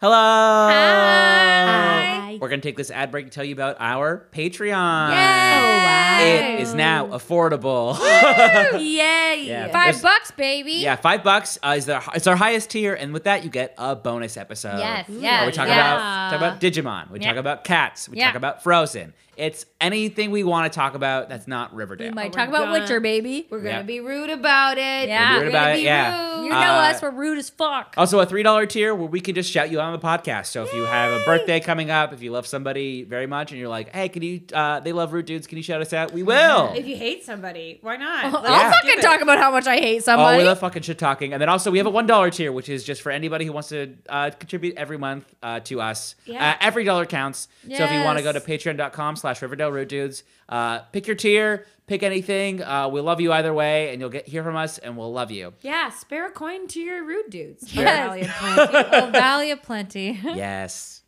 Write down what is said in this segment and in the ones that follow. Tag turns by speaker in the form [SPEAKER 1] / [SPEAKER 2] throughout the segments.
[SPEAKER 1] Hello.
[SPEAKER 2] Hi.
[SPEAKER 1] We're going to take this ad break to tell you about our Patreon.
[SPEAKER 2] wow.
[SPEAKER 1] It is now affordable.
[SPEAKER 2] Yay.
[SPEAKER 1] Yeah.
[SPEAKER 2] Five
[SPEAKER 1] There's-
[SPEAKER 2] bucks, baby.
[SPEAKER 1] yeah, five bucks uh, is the, it's our highest tier, and with that you get a bonus episode.
[SPEAKER 2] Yes,
[SPEAKER 1] Where
[SPEAKER 2] yes,
[SPEAKER 1] we talk
[SPEAKER 2] yes.
[SPEAKER 1] about talk about Digimon. We
[SPEAKER 2] Yeah.
[SPEAKER 1] talk about cats. We
[SPEAKER 2] Yeah.
[SPEAKER 1] talk about Frozen. It's anything we want to talk about that's not Riverdale.
[SPEAKER 2] We might
[SPEAKER 3] Oh
[SPEAKER 4] we're
[SPEAKER 2] talk about
[SPEAKER 4] gonna-
[SPEAKER 2] Witcher, baby.
[SPEAKER 4] We're gonna
[SPEAKER 1] Yeah.
[SPEAKER 4] be rude about it.
[SPEAKER 2] Yeah.
[SPEAKER 4] We're
[SPEAKER 1] We're rude
[SPEAKER 4] gonna
[SPEAKER 1] about
[SPEAKER 4] be
[SPEAKER 1] it, yeah.
[SPEAKER 4] rude.
[SPEAKER 2] You know
[SPEAKER 1] Uh, oh,
[SPEAKER 2] us. We're rude as fuck.
[SPEAKER 1] Also, a three dollar tier where we can just shout you out on the podcast. So if you have a birthday coming up, if you love somebody very much, and you're like, "Hey, can you?" Uh, they love rude dudes. Can you shout us out? We will.
[SPEAKER 4] If you hate somebody, why not?
[SPEAKER 2] I'll
[SPEAKER 4] Let's
[SPEAKER 1] Yeah.
[SPEAKER 4] just do
[SPEAKER 2] fucking
[SPEAKER 4] it.
[SPEAKER 2] talk about how much I hate
[SPEAKER 1] Oh,
[SPEAKER 2] somebody.
[SPEAKER 1] we love fucking shit talking. And then also, we have a $1 tier, which is just for anybody who wants to uh, contribute every month uh, to us.
[SPEAKER 4] Yeah.
[SPEAKER 1] Uh, every dollar counts. So if you want to go to
[SPEAKER 2] Yes.
[SPEAKER 1] patreon.com slash Riverdale Road Dudes, uh, pick your tier, pick anything. Uh, we love you either way, and you'll get hear from us, and we'll love you.
[SPEAKER 4] Yeah, spare a coin to your rude dudes.
[SPEAKER 2] Yes. oh, Valley of Plenty.
[SPEAKER 1] Yes.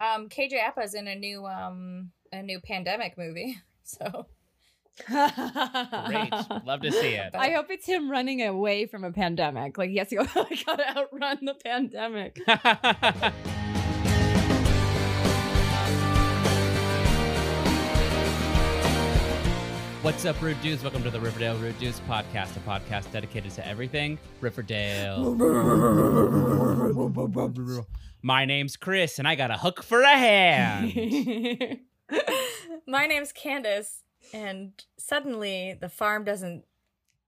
[SPEAKER 5] Um, KJ Appa's in a new um a new pandemic movie. So
[SPEAKER 6] Great. Love to see it.
[SPEAKER 3] I hope it's him running away from a pandemic. Like, yes, you gotta outrun the pandemic.
[SPEAKER 6] What's up, Rude Dudes? Welcome to the Riverdale Rude Dudes podcast, a podcast dedicated to everything Riverdale. My name's Chris, and I got a hook for a hand.
[SPEAKER 5] my name's Candace, and suddenly the farm doesn't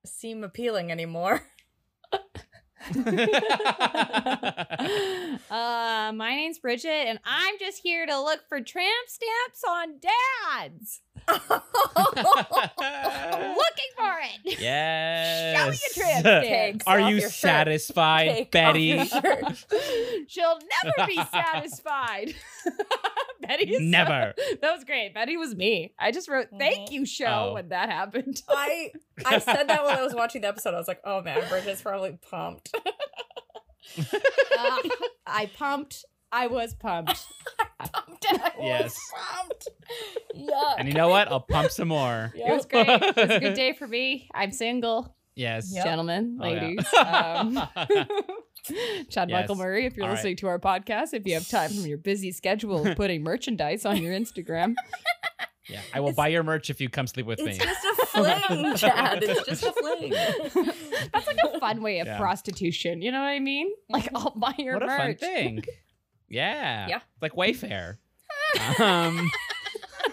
[SPEAKER 5] seem appealing anymore.
[SPEAKER 3] uh, my name's Bridget, and I'm just here to look for tramp stamps on dads. Looking for it. Show me
[SPEAKER 6] yes.
[SPEAKER 3] your tramp stamps.
[SPEAKER 5] Pigs.
[SPEAKER 6] Are
[SPEAKER 5] Off
[SPEAKER 6] you
[SPEAKER 5] your shirt.
[SPEAKER 6] satisfied,
[SPEAKER 5] Take off
[SPEAKER 6] Betty?
[SPEAKER 5] your shirt.
[SPEAKER 3] She'll never be satisfied. Betty is
[SPEAKER 6] Never.
[SPEAKER 3] that was great. Betty was me. I just wrote thank
[SPEAKER 5] Mhm.
[SPEAKER 3] you show
[SPEAKER 6] Oh.
[SPEAKER 3] when that happened.
[SPEAKER 5] I I said that while I was watching the episode. I was like, oh man, Bridget's probably pumped.
[SPEAKER 3] Uh, I pumped. I was pumped.
[SPEAKER 6] Yes.
[SPEAKER 5] pumped. Yuck.
[SPEAKER 6] And you know what? I'll pump some more.
[SPEAKER 3] It was great. It was a good day for me. I'm single,
[SPEAKER 6] Yes.
[SPEAKER 5] Yep.
[SPEAKER 3] gentlemen,
[SPEAKER 6] Oh, yeah.
[SPEAKER 3] ladies. Um, Chad Michael
[SPEAKER 6] Yes.
[SPEAKER 3] Murray, if you're
[SPEAKER 6] All right.
[SPEAKER 3] listening to our podcast, if you have time from your busy schedule of putting merchandise on your Instagram,
[SPEAKER 6] yeah. I will buy your merch if you come sleep with me.
[SPEAKER 5] It's just a fling, Chad. It's just a fling.
[SPEAKER 3] that's like a fun way of
[SPEAKER 6] Yeah.
[SPEAKER 3] prostitution. You know what I mean? Like, I'll buy your
[SPEAKER 6] what a fun
[SPEAKER 3] merch.
[SPEAKER 6] thing. Yeah.
[SPEAKER 5] Yeah.
[SPEAKER 6] Like Wayfair. um,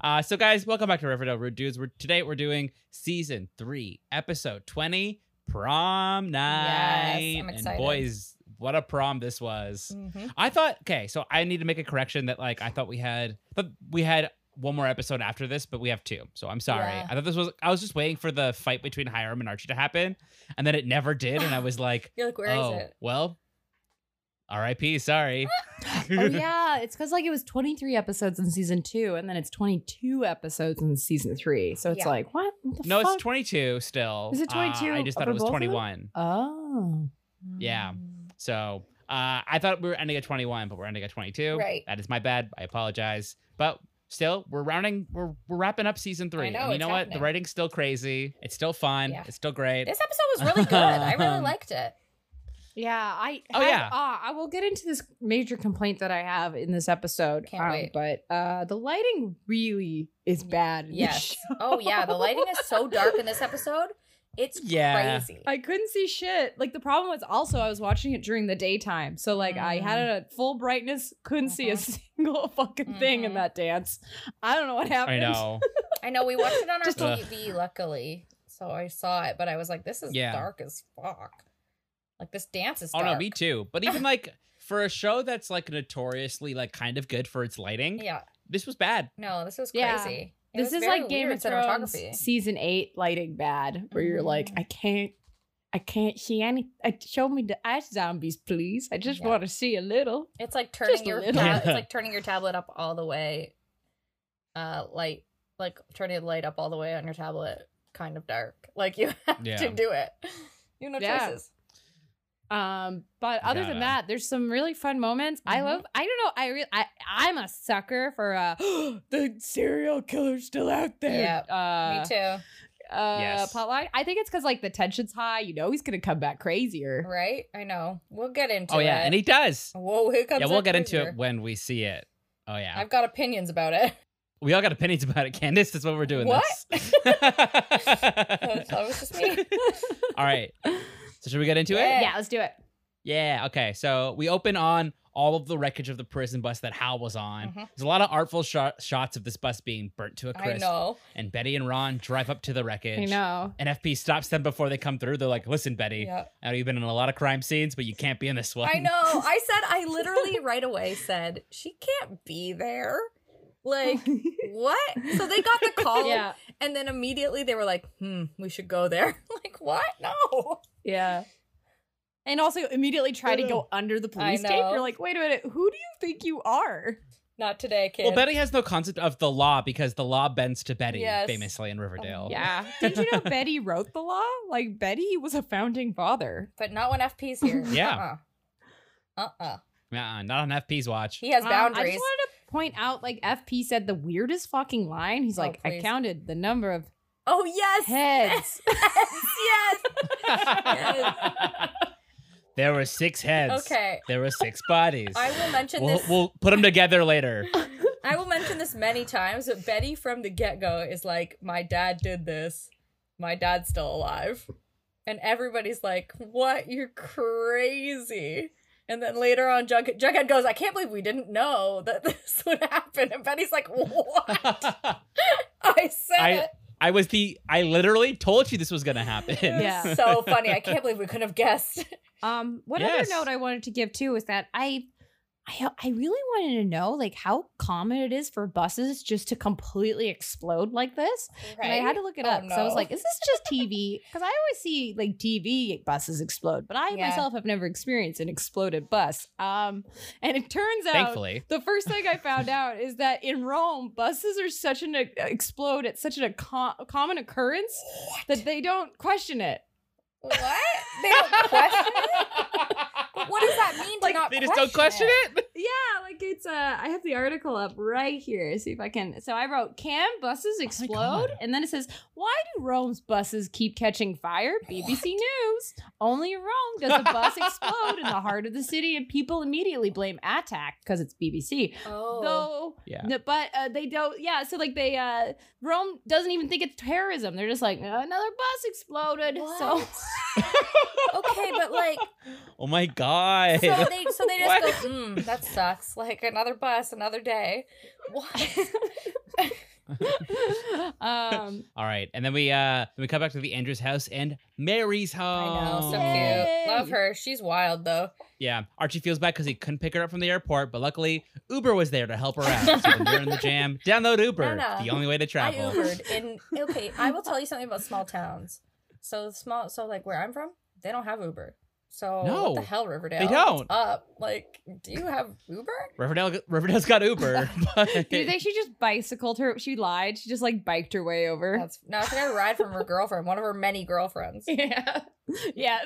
[SPEAKER 6] uh, so guys, welcome back to Riverdale Rude Dudes. We're today we're doing season three, episode twenty, prom night.
[SPEAKER 5] I'm
[SPEAKER 6] And
[SPEAKER 5] excited.
[SPEAKER 6] boys, what a prom this was.
[SPEAKER 5] Mhm.
[SPEAKER 6] I thought okay, so I need to make a correction that like I thought we had but we had one more episode after this, but we have two. So I'm sorry.
[SPEAKER 5] Yeah.
[SPEAKER 6] I thought this was I was just waiting for the fight between Hiram and Archie to happen, and then it never did, and I was like,
[SPEAKER 5] You're like, where is
[SPEAKER 6] oh,
[SPEAKER 5] it?
[SPEAKER 6] Well, R.I.P. Sorry.
[SPEAKER 3] Oh, yeah. It's because, like, it was 23 episodes in season two, and then it's 22 episodes in season three. So it's
[SPEAKER 5] Yeah.
[SPEAKER 3] like, what? What the
[SPEAKER 6] No,
[SPEAKER 3] fuck?
[SPEAKER 6] it's 22 still.
[SPEAKER 3] Is it
[SPEAKER 6] Uh,
[SPEAKER 3] 22
[SPEAKER 6] I just thought
[SPEAKER 3] for
[SPEAKER 6] it was
[SPEAKER 3] both of them?
[SPEAKER 6] 21.
[SPEAKER 3] Mm. Oh.
[SPEAKER 6] Yeah. So uh, I thought we were ending at 21, but we're ending at 22.
[SPEAKER 5] Right.
[SPEAKER 6] That is my bad. I apologize. But still, we're rounding. We're we're wrapping up season three.
[SPEAKER 5] know,
[SPEAKER 6] and you
[SPEAKER 5] it's
[SPEAKER 6] know what? The
[SPEAKER 5] happening.
[SPEAKER 6] writing's still crazy. It's still fun.
[SPEAKER 5] Yeah.
[SPEAKER 6] It's still great.
[SPEAKER 5] This episode was really good. I really liked it.
[SPEAKER 3] Yeah, I
[SPEAKER 6] Oh,
[SPEAKER 3] have-
[SPEAKER 6] yeah.
[SPEAKER 3] ah, I will get into this major complaint that I have in this episode.
[SPEAKER 5] Can't wait.
[SPEAKER 3] But uh the lighting really is bad. in this
[SPEAKER 5] Yes.
[SPEAKER 3] show.
[SPEAKER 5] Oh yeah, the lighting is so dark in this episode. It's
[SPEAKER 6] Yeah.
[SPEAKER 5] crazy.
[SPEAKER 3] I couldn't see shit. Like the problem was also I was watching it during the daytime. So like I had it
[SPEAKER 5] Mm.
[SPEAKER 3] at full brightness, couldn't see a
[SPEAKER 5] Uh-huh.
[SPEAKER 3] single fucking thing in
[SPEAKER 5] Mhm.
[SPEAKER 3] that dance. I don't know what happened.
[SPEAKER 6] I know.
[SPEAKER 5] I know we watched it on our
[SPEAKER 3] Just-
[SPEAKER 6] Ugh.
[SPEAKER 5] TV, luckily, so I saw it. But I was like, this is
[SPEAKER 6] Yeah.
[SPEAKER 5] dark as fuck. Like this dance is.
[SPEAKER 6] oh
[SPEAKER 5] Dark.
[SPEAKER 6] no, me too. But even like for a show that's like notoriously like kind of good for its lighting,
[SPEAKER 5] Yeah.
[SPEAKER 6] this was bad.
[SPEAKER 5] No, this was
[SPEAKER 3] Yeah.
[SPEAKER 5] crazy. It
[SPEAKER 3] This
[SPEAKER 5] was
[SPEAKER 3] is
[SPEAKER 5] very
[SPEAKER 3] like Game
[SPEAKER 5] weird
[SPEAKER 3] of Thrones
[SPEAKER 5] cinematography.
[SPEAKER 3] season eight lighting bad, where you're like,
[SPEAKER 5] Mhm.
[SPEAKER 3] I can't I can't see any I, show me the ash zombies, please. I just
[SPEAKER 5] Yeah.
[SPEAKER 3] wanna see a little.
[SPEAKER 5] It's like turning
[SPEAKER 3] Just a
[SPEAKER 5] your
[SPEAKER 3] little.
[SPEAKER 5] tab- it's
[SPEAKER 6] Yeah.
[SPEAKER 5] like turning your tablet up all the way. Uh, light like turning the light up all the way on your tablet. Kind of dark. Like you have
[SPEAKER 6] Yeah.
[SPEAKER 5] to do it. You have no
[SPEAKER 3] Yeah.
[SPEAKER 5] choices.
[SPEAKER 3] Um, but other
[SPEAKER 6] Gotta.
[SPEAKER 3] than that, there's some really fun moments. I
[SPEAKER 5] Mhm.
[SPEAKER 3] love. I don't know. I re- I I'm a sucker for uh the serial killer's still out there.
[SPEAKER 5] Yeah,
[SPEAKER 3] uh,
[SPEAKER 5] me too.
[SPEAKER 3] uh
[SPEAKER 6] Yes.
[SPEAKER 3] plotline. I think it's because like the tension's high. You know he's gonna come back crazier.
[SPEAKER 5] Right? I know. We'll get into it.
[SPEAKER 6] Oh yeah, and he does.
[SPEAKER 5] Whoa, here comes
[SPEAKER 6] Yeah, we'll
[SPEAKER 5] that
[SPEAKER 6] get into
[SPEAKER 5] cruiser.
[SPEAKER 6] it when we see it. Oh yeah,
[SPEAKER 5] I've got opinions about it.
[SPEAKER 6] we all got opinions about it, Candace. That's what we're doing.
[SPEAKER 5] What?
[SPEAKER 6] This.
[SPEAKER 5] that was just me.
[SPEAKER 6] all right. So should we get into it?
[SPEAKER 5] Yeah.
[SPEAKER 4] Yeah, let's do it.
[SPEAKER 6] Yeah. Okay. So we open on all of the wreckage of the prison bus that Hal was on.
[SPEAKER 5] Mhm.
[SPEAKER 6] There's a lot of artful shot- shots of this bus being burnt to a
[SPEAKER 5] I
[SPEAKER 6] crisp.
[SPEAKER 5] know.
[SPEAKER 6] And Betty and Ron drive up to the wreckage.
[SPEAKER 3] I know.
[SPEAKER 6] And FP stops them before they come through. They're like, "Listen, Betty,
[SPEAKER 5] Yeah.
[SPEAKER 6] I know you've been in a lot of crime scenes, but you can't be in this one."
[SPEAKER 5] I know. I said I literally right away said she can't be there. Like what? So they got the call
[SPEAKER 3] yeah.
[SPEAKER 5] and then immediately they were like, "Hmm, we should go there." like, what? No.
[SPEAKER 3] Yeah. And also immediately try to go under the police tape.
[SPEAKER 5] know.
[SPEAKER 3] You're like, wait a minute, who do you think you are?
[SPEAKER 5] Not today, kid.
[SPEAKER 6] Well, Betty has no concept of the law because the law bends to Betty,
[SPEAKER 5] Yes. Oh,
[SPEAKER 6] famously in Riverdale.
[SPEAKER 3] Yeah. Did you know Betty wrote the law? Like Betty was a founding father.
[SPEAKER 5] But not when FP's here.
[SPEAKER 6] Yeah.
[SPEAKER 5] Uh uh-uh. uh.
[SPEAKER 6] Uh-uh, not on FP's watch.
[SPEAKER 5] He has
[SPEAKER 3] Um, I
[SPEAKER 5] boundaries.
[SPEAKER 3] just wanted to point out, like FP said, the weirdest fucking line. He's
[SPEAKER 5] Oh,
[SPEAKER 3] like, I
[SPEAKER 5] please.
[SPEAKER 3] counted the number of
[SPEAKER 5] oh yes.
[SPEAKER 3] heads.
[SPEAKER 5] yes. yes.
[SPEAKER 6] there were six heads.
[SPEAKER 5] Okay.
[SPEAKER 6] There were six bodies.
[SPEAKER 5] I will mention
[SPEAKER 6] We'll,
[SPEAKER 5] this.
[SPEAKER 6] we'll put them together later.
[SPEAKER 5] I will mention this many times, but Betty from the get go is like, My dad did this. My dad's still alive. And everybody's like, What? You're crazy. And then later on, Jughead, Jughead goes, I can't believe we didn't know that this would happen. And Betty's like, What? I said
[SPEAKER 6] I-
[SPEAKER 5] it.
[SPEAKER 6] I was the. I literally told you this was gonna happen.
[SPEAKER 5] It
[SPEAKER 3] Yeah.
[SPEAKER 5] was so funny. I can't believe we couldn't have guessed.
[SPEAKER 3] Um, what
[SPEAKER 6] Yes.
[SPEAKER 3] other note I wanted to give too is that I, I, I really wanted to know like how common it is for buses just to completely explode like this. And I had to look it
[SPEAKER 5] Oh,
[SPEAKER 3] up. So I was
[SPEAKER 5] no.
[SPEAKER 3] like, is this just TV? Because I always see like TV buses explode, but I
[SPEAKER 5] Yeah.
[SPEAKER 3] myself have never experienced an exploded bus. Um, and it turns out.
[SPEAKER 6] Thankfully.
[SPEAKER 3] The first thing I found out is that in Rome, buses are such an e, explode at such a co- common occurrence that they don't question it.
[SPEAKER 5] What? They don't question it? What does that mean to
[SPEAKER 3] Like,
[SPEAKER 5] not
[SPEAKER 6] They just don't question it.
[SPEAKER 3] Yeah, like it's uh I have the article up right here. See if I can so I wrote can buses
[SPEAKER 5] Oh
[SPEAKER 3] explode?
[SPEAKER 6] God.
[SPEAKER 3] and then it says, Why do Rome's buses keep catching fire? BBC News. Only in Rome does a bus explode in the heart of the city and people immediately blame attack because it's BBC.
[SPEAKER 5] Oh.
[SPEAKER 3] Though
[SPEAKER 6] Yeah.
[SPEAKER 3] n- but uh, they don't yeah, so like they uh Rome doesn't even think it's terrorism. They're just like another bus exploded. So
[SPEAKER 5] okay, but like,
[SPEAKER 6] Oh my god.
[SPEAKER 5] So they so they
[SPEAKER 6] What?
[SPEAKER 5] just go, mm, that sucks. Like another bus, another day. What?
[SPEAKER 3] um
[SPEAKER 6] All right, and then we uh we come back to the Andrews house and Mary's
[SPEAKER 5] I
[SPEAKER 6] home.
[SPEAKER 5] know, so
[SPEAKER 3] Yay.
[SPEAKER 5] cute. Love her. She's wild though.
[SPEAKER 6] Yeah, Archie feels bad because he couldn't pick her up from the airport, but luckily Uber was there to help her out. so when you're in the jam, download Uber.
[SPEAKER 5] Anna,
[SPEAKER 6] the only way to
[SPEAKER 5] I
[SPEAKER 6] travel.
[SPEAKER 5] Ubered in okay, I will tell you something about small towns. So small so like where I'm from, they don't have Uber. So
[SPEAKER 6] No,
[SPEAKER 5] what the hell, Riverdale?
[SPEAKER 6] they
[SPEAKER 5] What's
[SPEAKER 6] don't.
[SPEAKER 5] up. Like, do you have Uber?
[SPEAKER 6] Riverdale, Riverdale's got Uber. but-
[SPEAKER 3] Do you think she just bicycled her? She lied. She just like biked her way over.
[SPEAKER 5] That's no, she got a ride from her girlfriend, one of her many girlfriends.
[SPEAKER 3] Yeah. yes.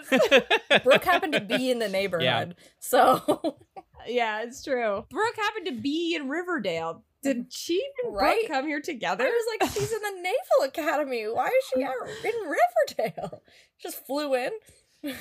[SPEAKER 5] Brooke happened to be in the neighborhood. So
[SPEAKER 3] yeah, it's true. Brooke happened to be in Riverdale. Did she and Brooke
[SPEAKER 5] Right?
[SPEAKER 3] come here together?
[SPEAKER 5] I was like, she's in the Naval Academy. Why is she out in Riverdale? Just flew in.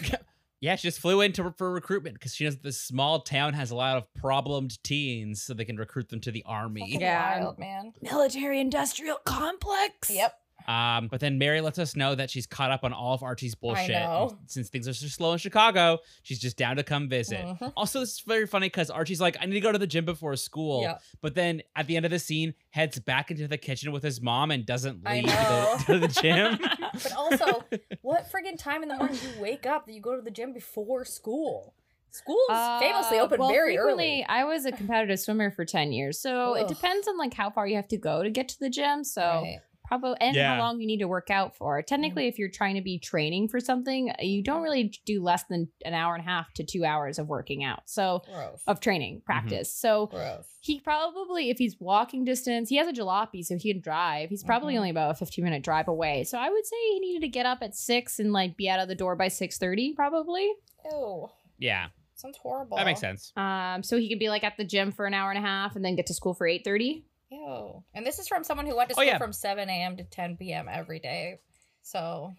[SPEAKER 6] yeah, she just flew in to, for recruitment because she knows this small town has a lot of problemed teens, so they can recruit them to the army.
[SPEAKER 3] Yeah.
[SPEAKER 5] Wild, man.
[SPEAKER 3] Military industrial complex.
[SPEAKER 5] Yep.
[SPEAKER 6] Um, but then Mary lets us know that she's caught up on all of Archie's bullshit.
[SPEAKER 5] know.
[SPEAKER 6] And Since things are so slow in Chicago, she's just down to come visit.
[SPEAKER 5] Mhm.
[SPEAKER 6] Also, this is very funny because Archie's like, I need to go to the gym before school.
[SPEAKER 5] Yeah.
[SPEAKER 6] But then at the end of the scene, heads back into the kitchen with his mom and doesn't
[SPEAKER 5] I
[SPEAKER 6] leave to the, to the gym.
[SPEAKER 5] But also, what friggin' time in the morning do you wake up that you go to the gym before school? School's famously
[SPEAKER 3] Uh,
[SPEAKER 5] open
[SPEAKER 3] well,
[SPEAKER 5] very
[SPEAKER 3] frequently,
[SPEAKER 5] early.
[SPEAKER 3] I was a competitive swimmer for 10 years. So it
[SPEAKER 5] Ugh.
[SPEAKER 3] depends on like how far you have to go to get to the gym. So
[SPEAKER 5] Right. Mm-hmm.
[SPEAKER 3] probably and
[SPEAKER 6] Yeah.
[SPEAKER 3] how long you need to work out for. Technically, if you're trying to be training for something, uh, you don't really do less than an hour and a half to two hours of working out. So
[SPEAKER 5] Gross.
[SPEAKER 3] of training practice. So
[SPEAKER 5] Gross.
[SPEAKER 3] he probably, if he's walking distance, he has a jalopy, so he can drive. He's probably
[SPEAKER 5] Mhm.
[SPEAKER 3] only about a 15 minute drive away. So I would say he needed to get up at six and like be out of the door by 6:30, probably.
[SPEAKER 5] Ew.
[SPEAKER 6] yeah,
[SPEAKER 5] Sounds horrible.
[SPEAKER 6] that makes sense.
[SPEAKER 3] Um, so he could be like at the gym for an hour and a half and then get to school for 8:30.
[SPEAKER 5] Ew. And this is from someone who went to
[SPEAKER 6] Oh,
[SPEAKER 5] school
[SPEAKER 6] yeah.
[SPEAKER 5] from 7 a.m. to 10 p.m. every day. So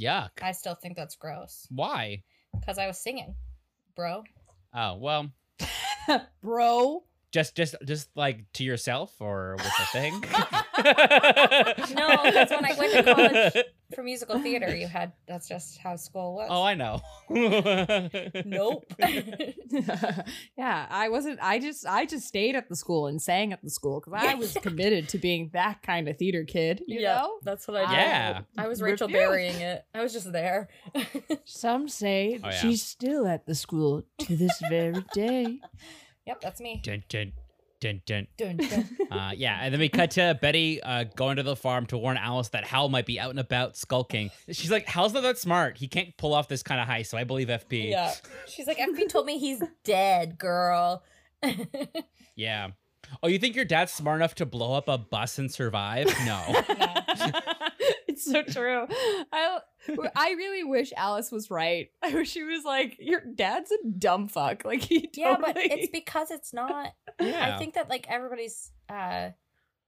[SPEAKER 6] Yuck.
[SPEAKER 5] I still think that's gross
[SPEAKER 6] Why?
[SPEAKER 5] because I was singing, bro.
[SPEAKER 6] Oh well,
[SPEAKER 3] Bro.
[SPEAKER 6] just just just like to yourself or with a thing.
[SPEAKER 5] No, 'cause when I went to college- For musical theater, you had that's just how school was.
[SPEAKER 6] Oh, I know.
[SPEAKER 5] nope.
[SPEAKER 3] yeah, I wasn't. I just, I just stayed at the school and sang at the school because I was committed to being that kind of theater kid. You know,
[SPEAKER 5] that's what I did.
[SPEAKER 6] Yeah.
[SPEAKER 5] I was Rachel
[SPEAKER 3] Refuse.
[SPEAKER 5] burying it. I was just there.
[SPEAKER 3] some say
[SPEAKER 6] Oh, yeah.
[SPEAKER 3] she's still at the school to this very day.
[SPEAKER 5] yep, that's me.
[SPEAKER 6] dun, dun, dun, dun.
[SPEAKER 5] Dun, dun.
[SPEAKER 6] Uh, yeah, and then we cut to Betty uh, going to the farm to warn Alice that Hal might be out and about skulking. She's like, "Hal's not that smart. He can't pull off this kind of heist." So I believe FP.
[SPEAKER 5] yeah. She's like, FB told me he's dead, girl.
[SPEAKER 6] Yeah. Oh, you think your dad's smart enough to blow up a bus and survive? No.
[SPEAKER 3] it's so true. I, I really wish Alice was right. I wish she was like, your dad's a dumb fuck. Like he
[SPEAKER 5] Yeah,
[SPEAKER 3] totally.
[SPEAKER 5] but it's because it's not.
[SPEAKER 6] yeah.
[SPEAKER 5] I think that like everybody's. uh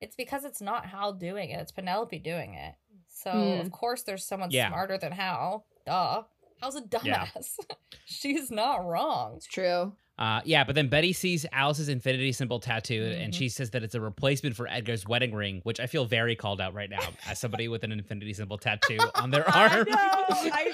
[SPEAKER 5] It's because it's not Hal doing it. It's Penelope doing it. So
[SPEAKER 3] Hmm.
[SPEAKER 5] of course there's someone
[SPEAKER 6] Yeah.
[SPEAKER 5] smarter than Hal. Duh. Hal's a dumbass.
[SPEAKER 6] Yeah.
[SPEAKER 5] She's not wrong.
[SPEAKER 3] true.
[SPEAKER 6] Uh, yeah, but then Betty sees Alice's infinity symbol tattooed, and
[SPEAKER 5] Mhm.
[SPEAKER 6] she says that it's a replacement for Edgar's wedding ring, which I feel very called out right now as somebody with an infinity symbol tattoo on their
[SPEAKER 3] I
[SPEAKER 6] arm.
[SPEAKER 3] know. I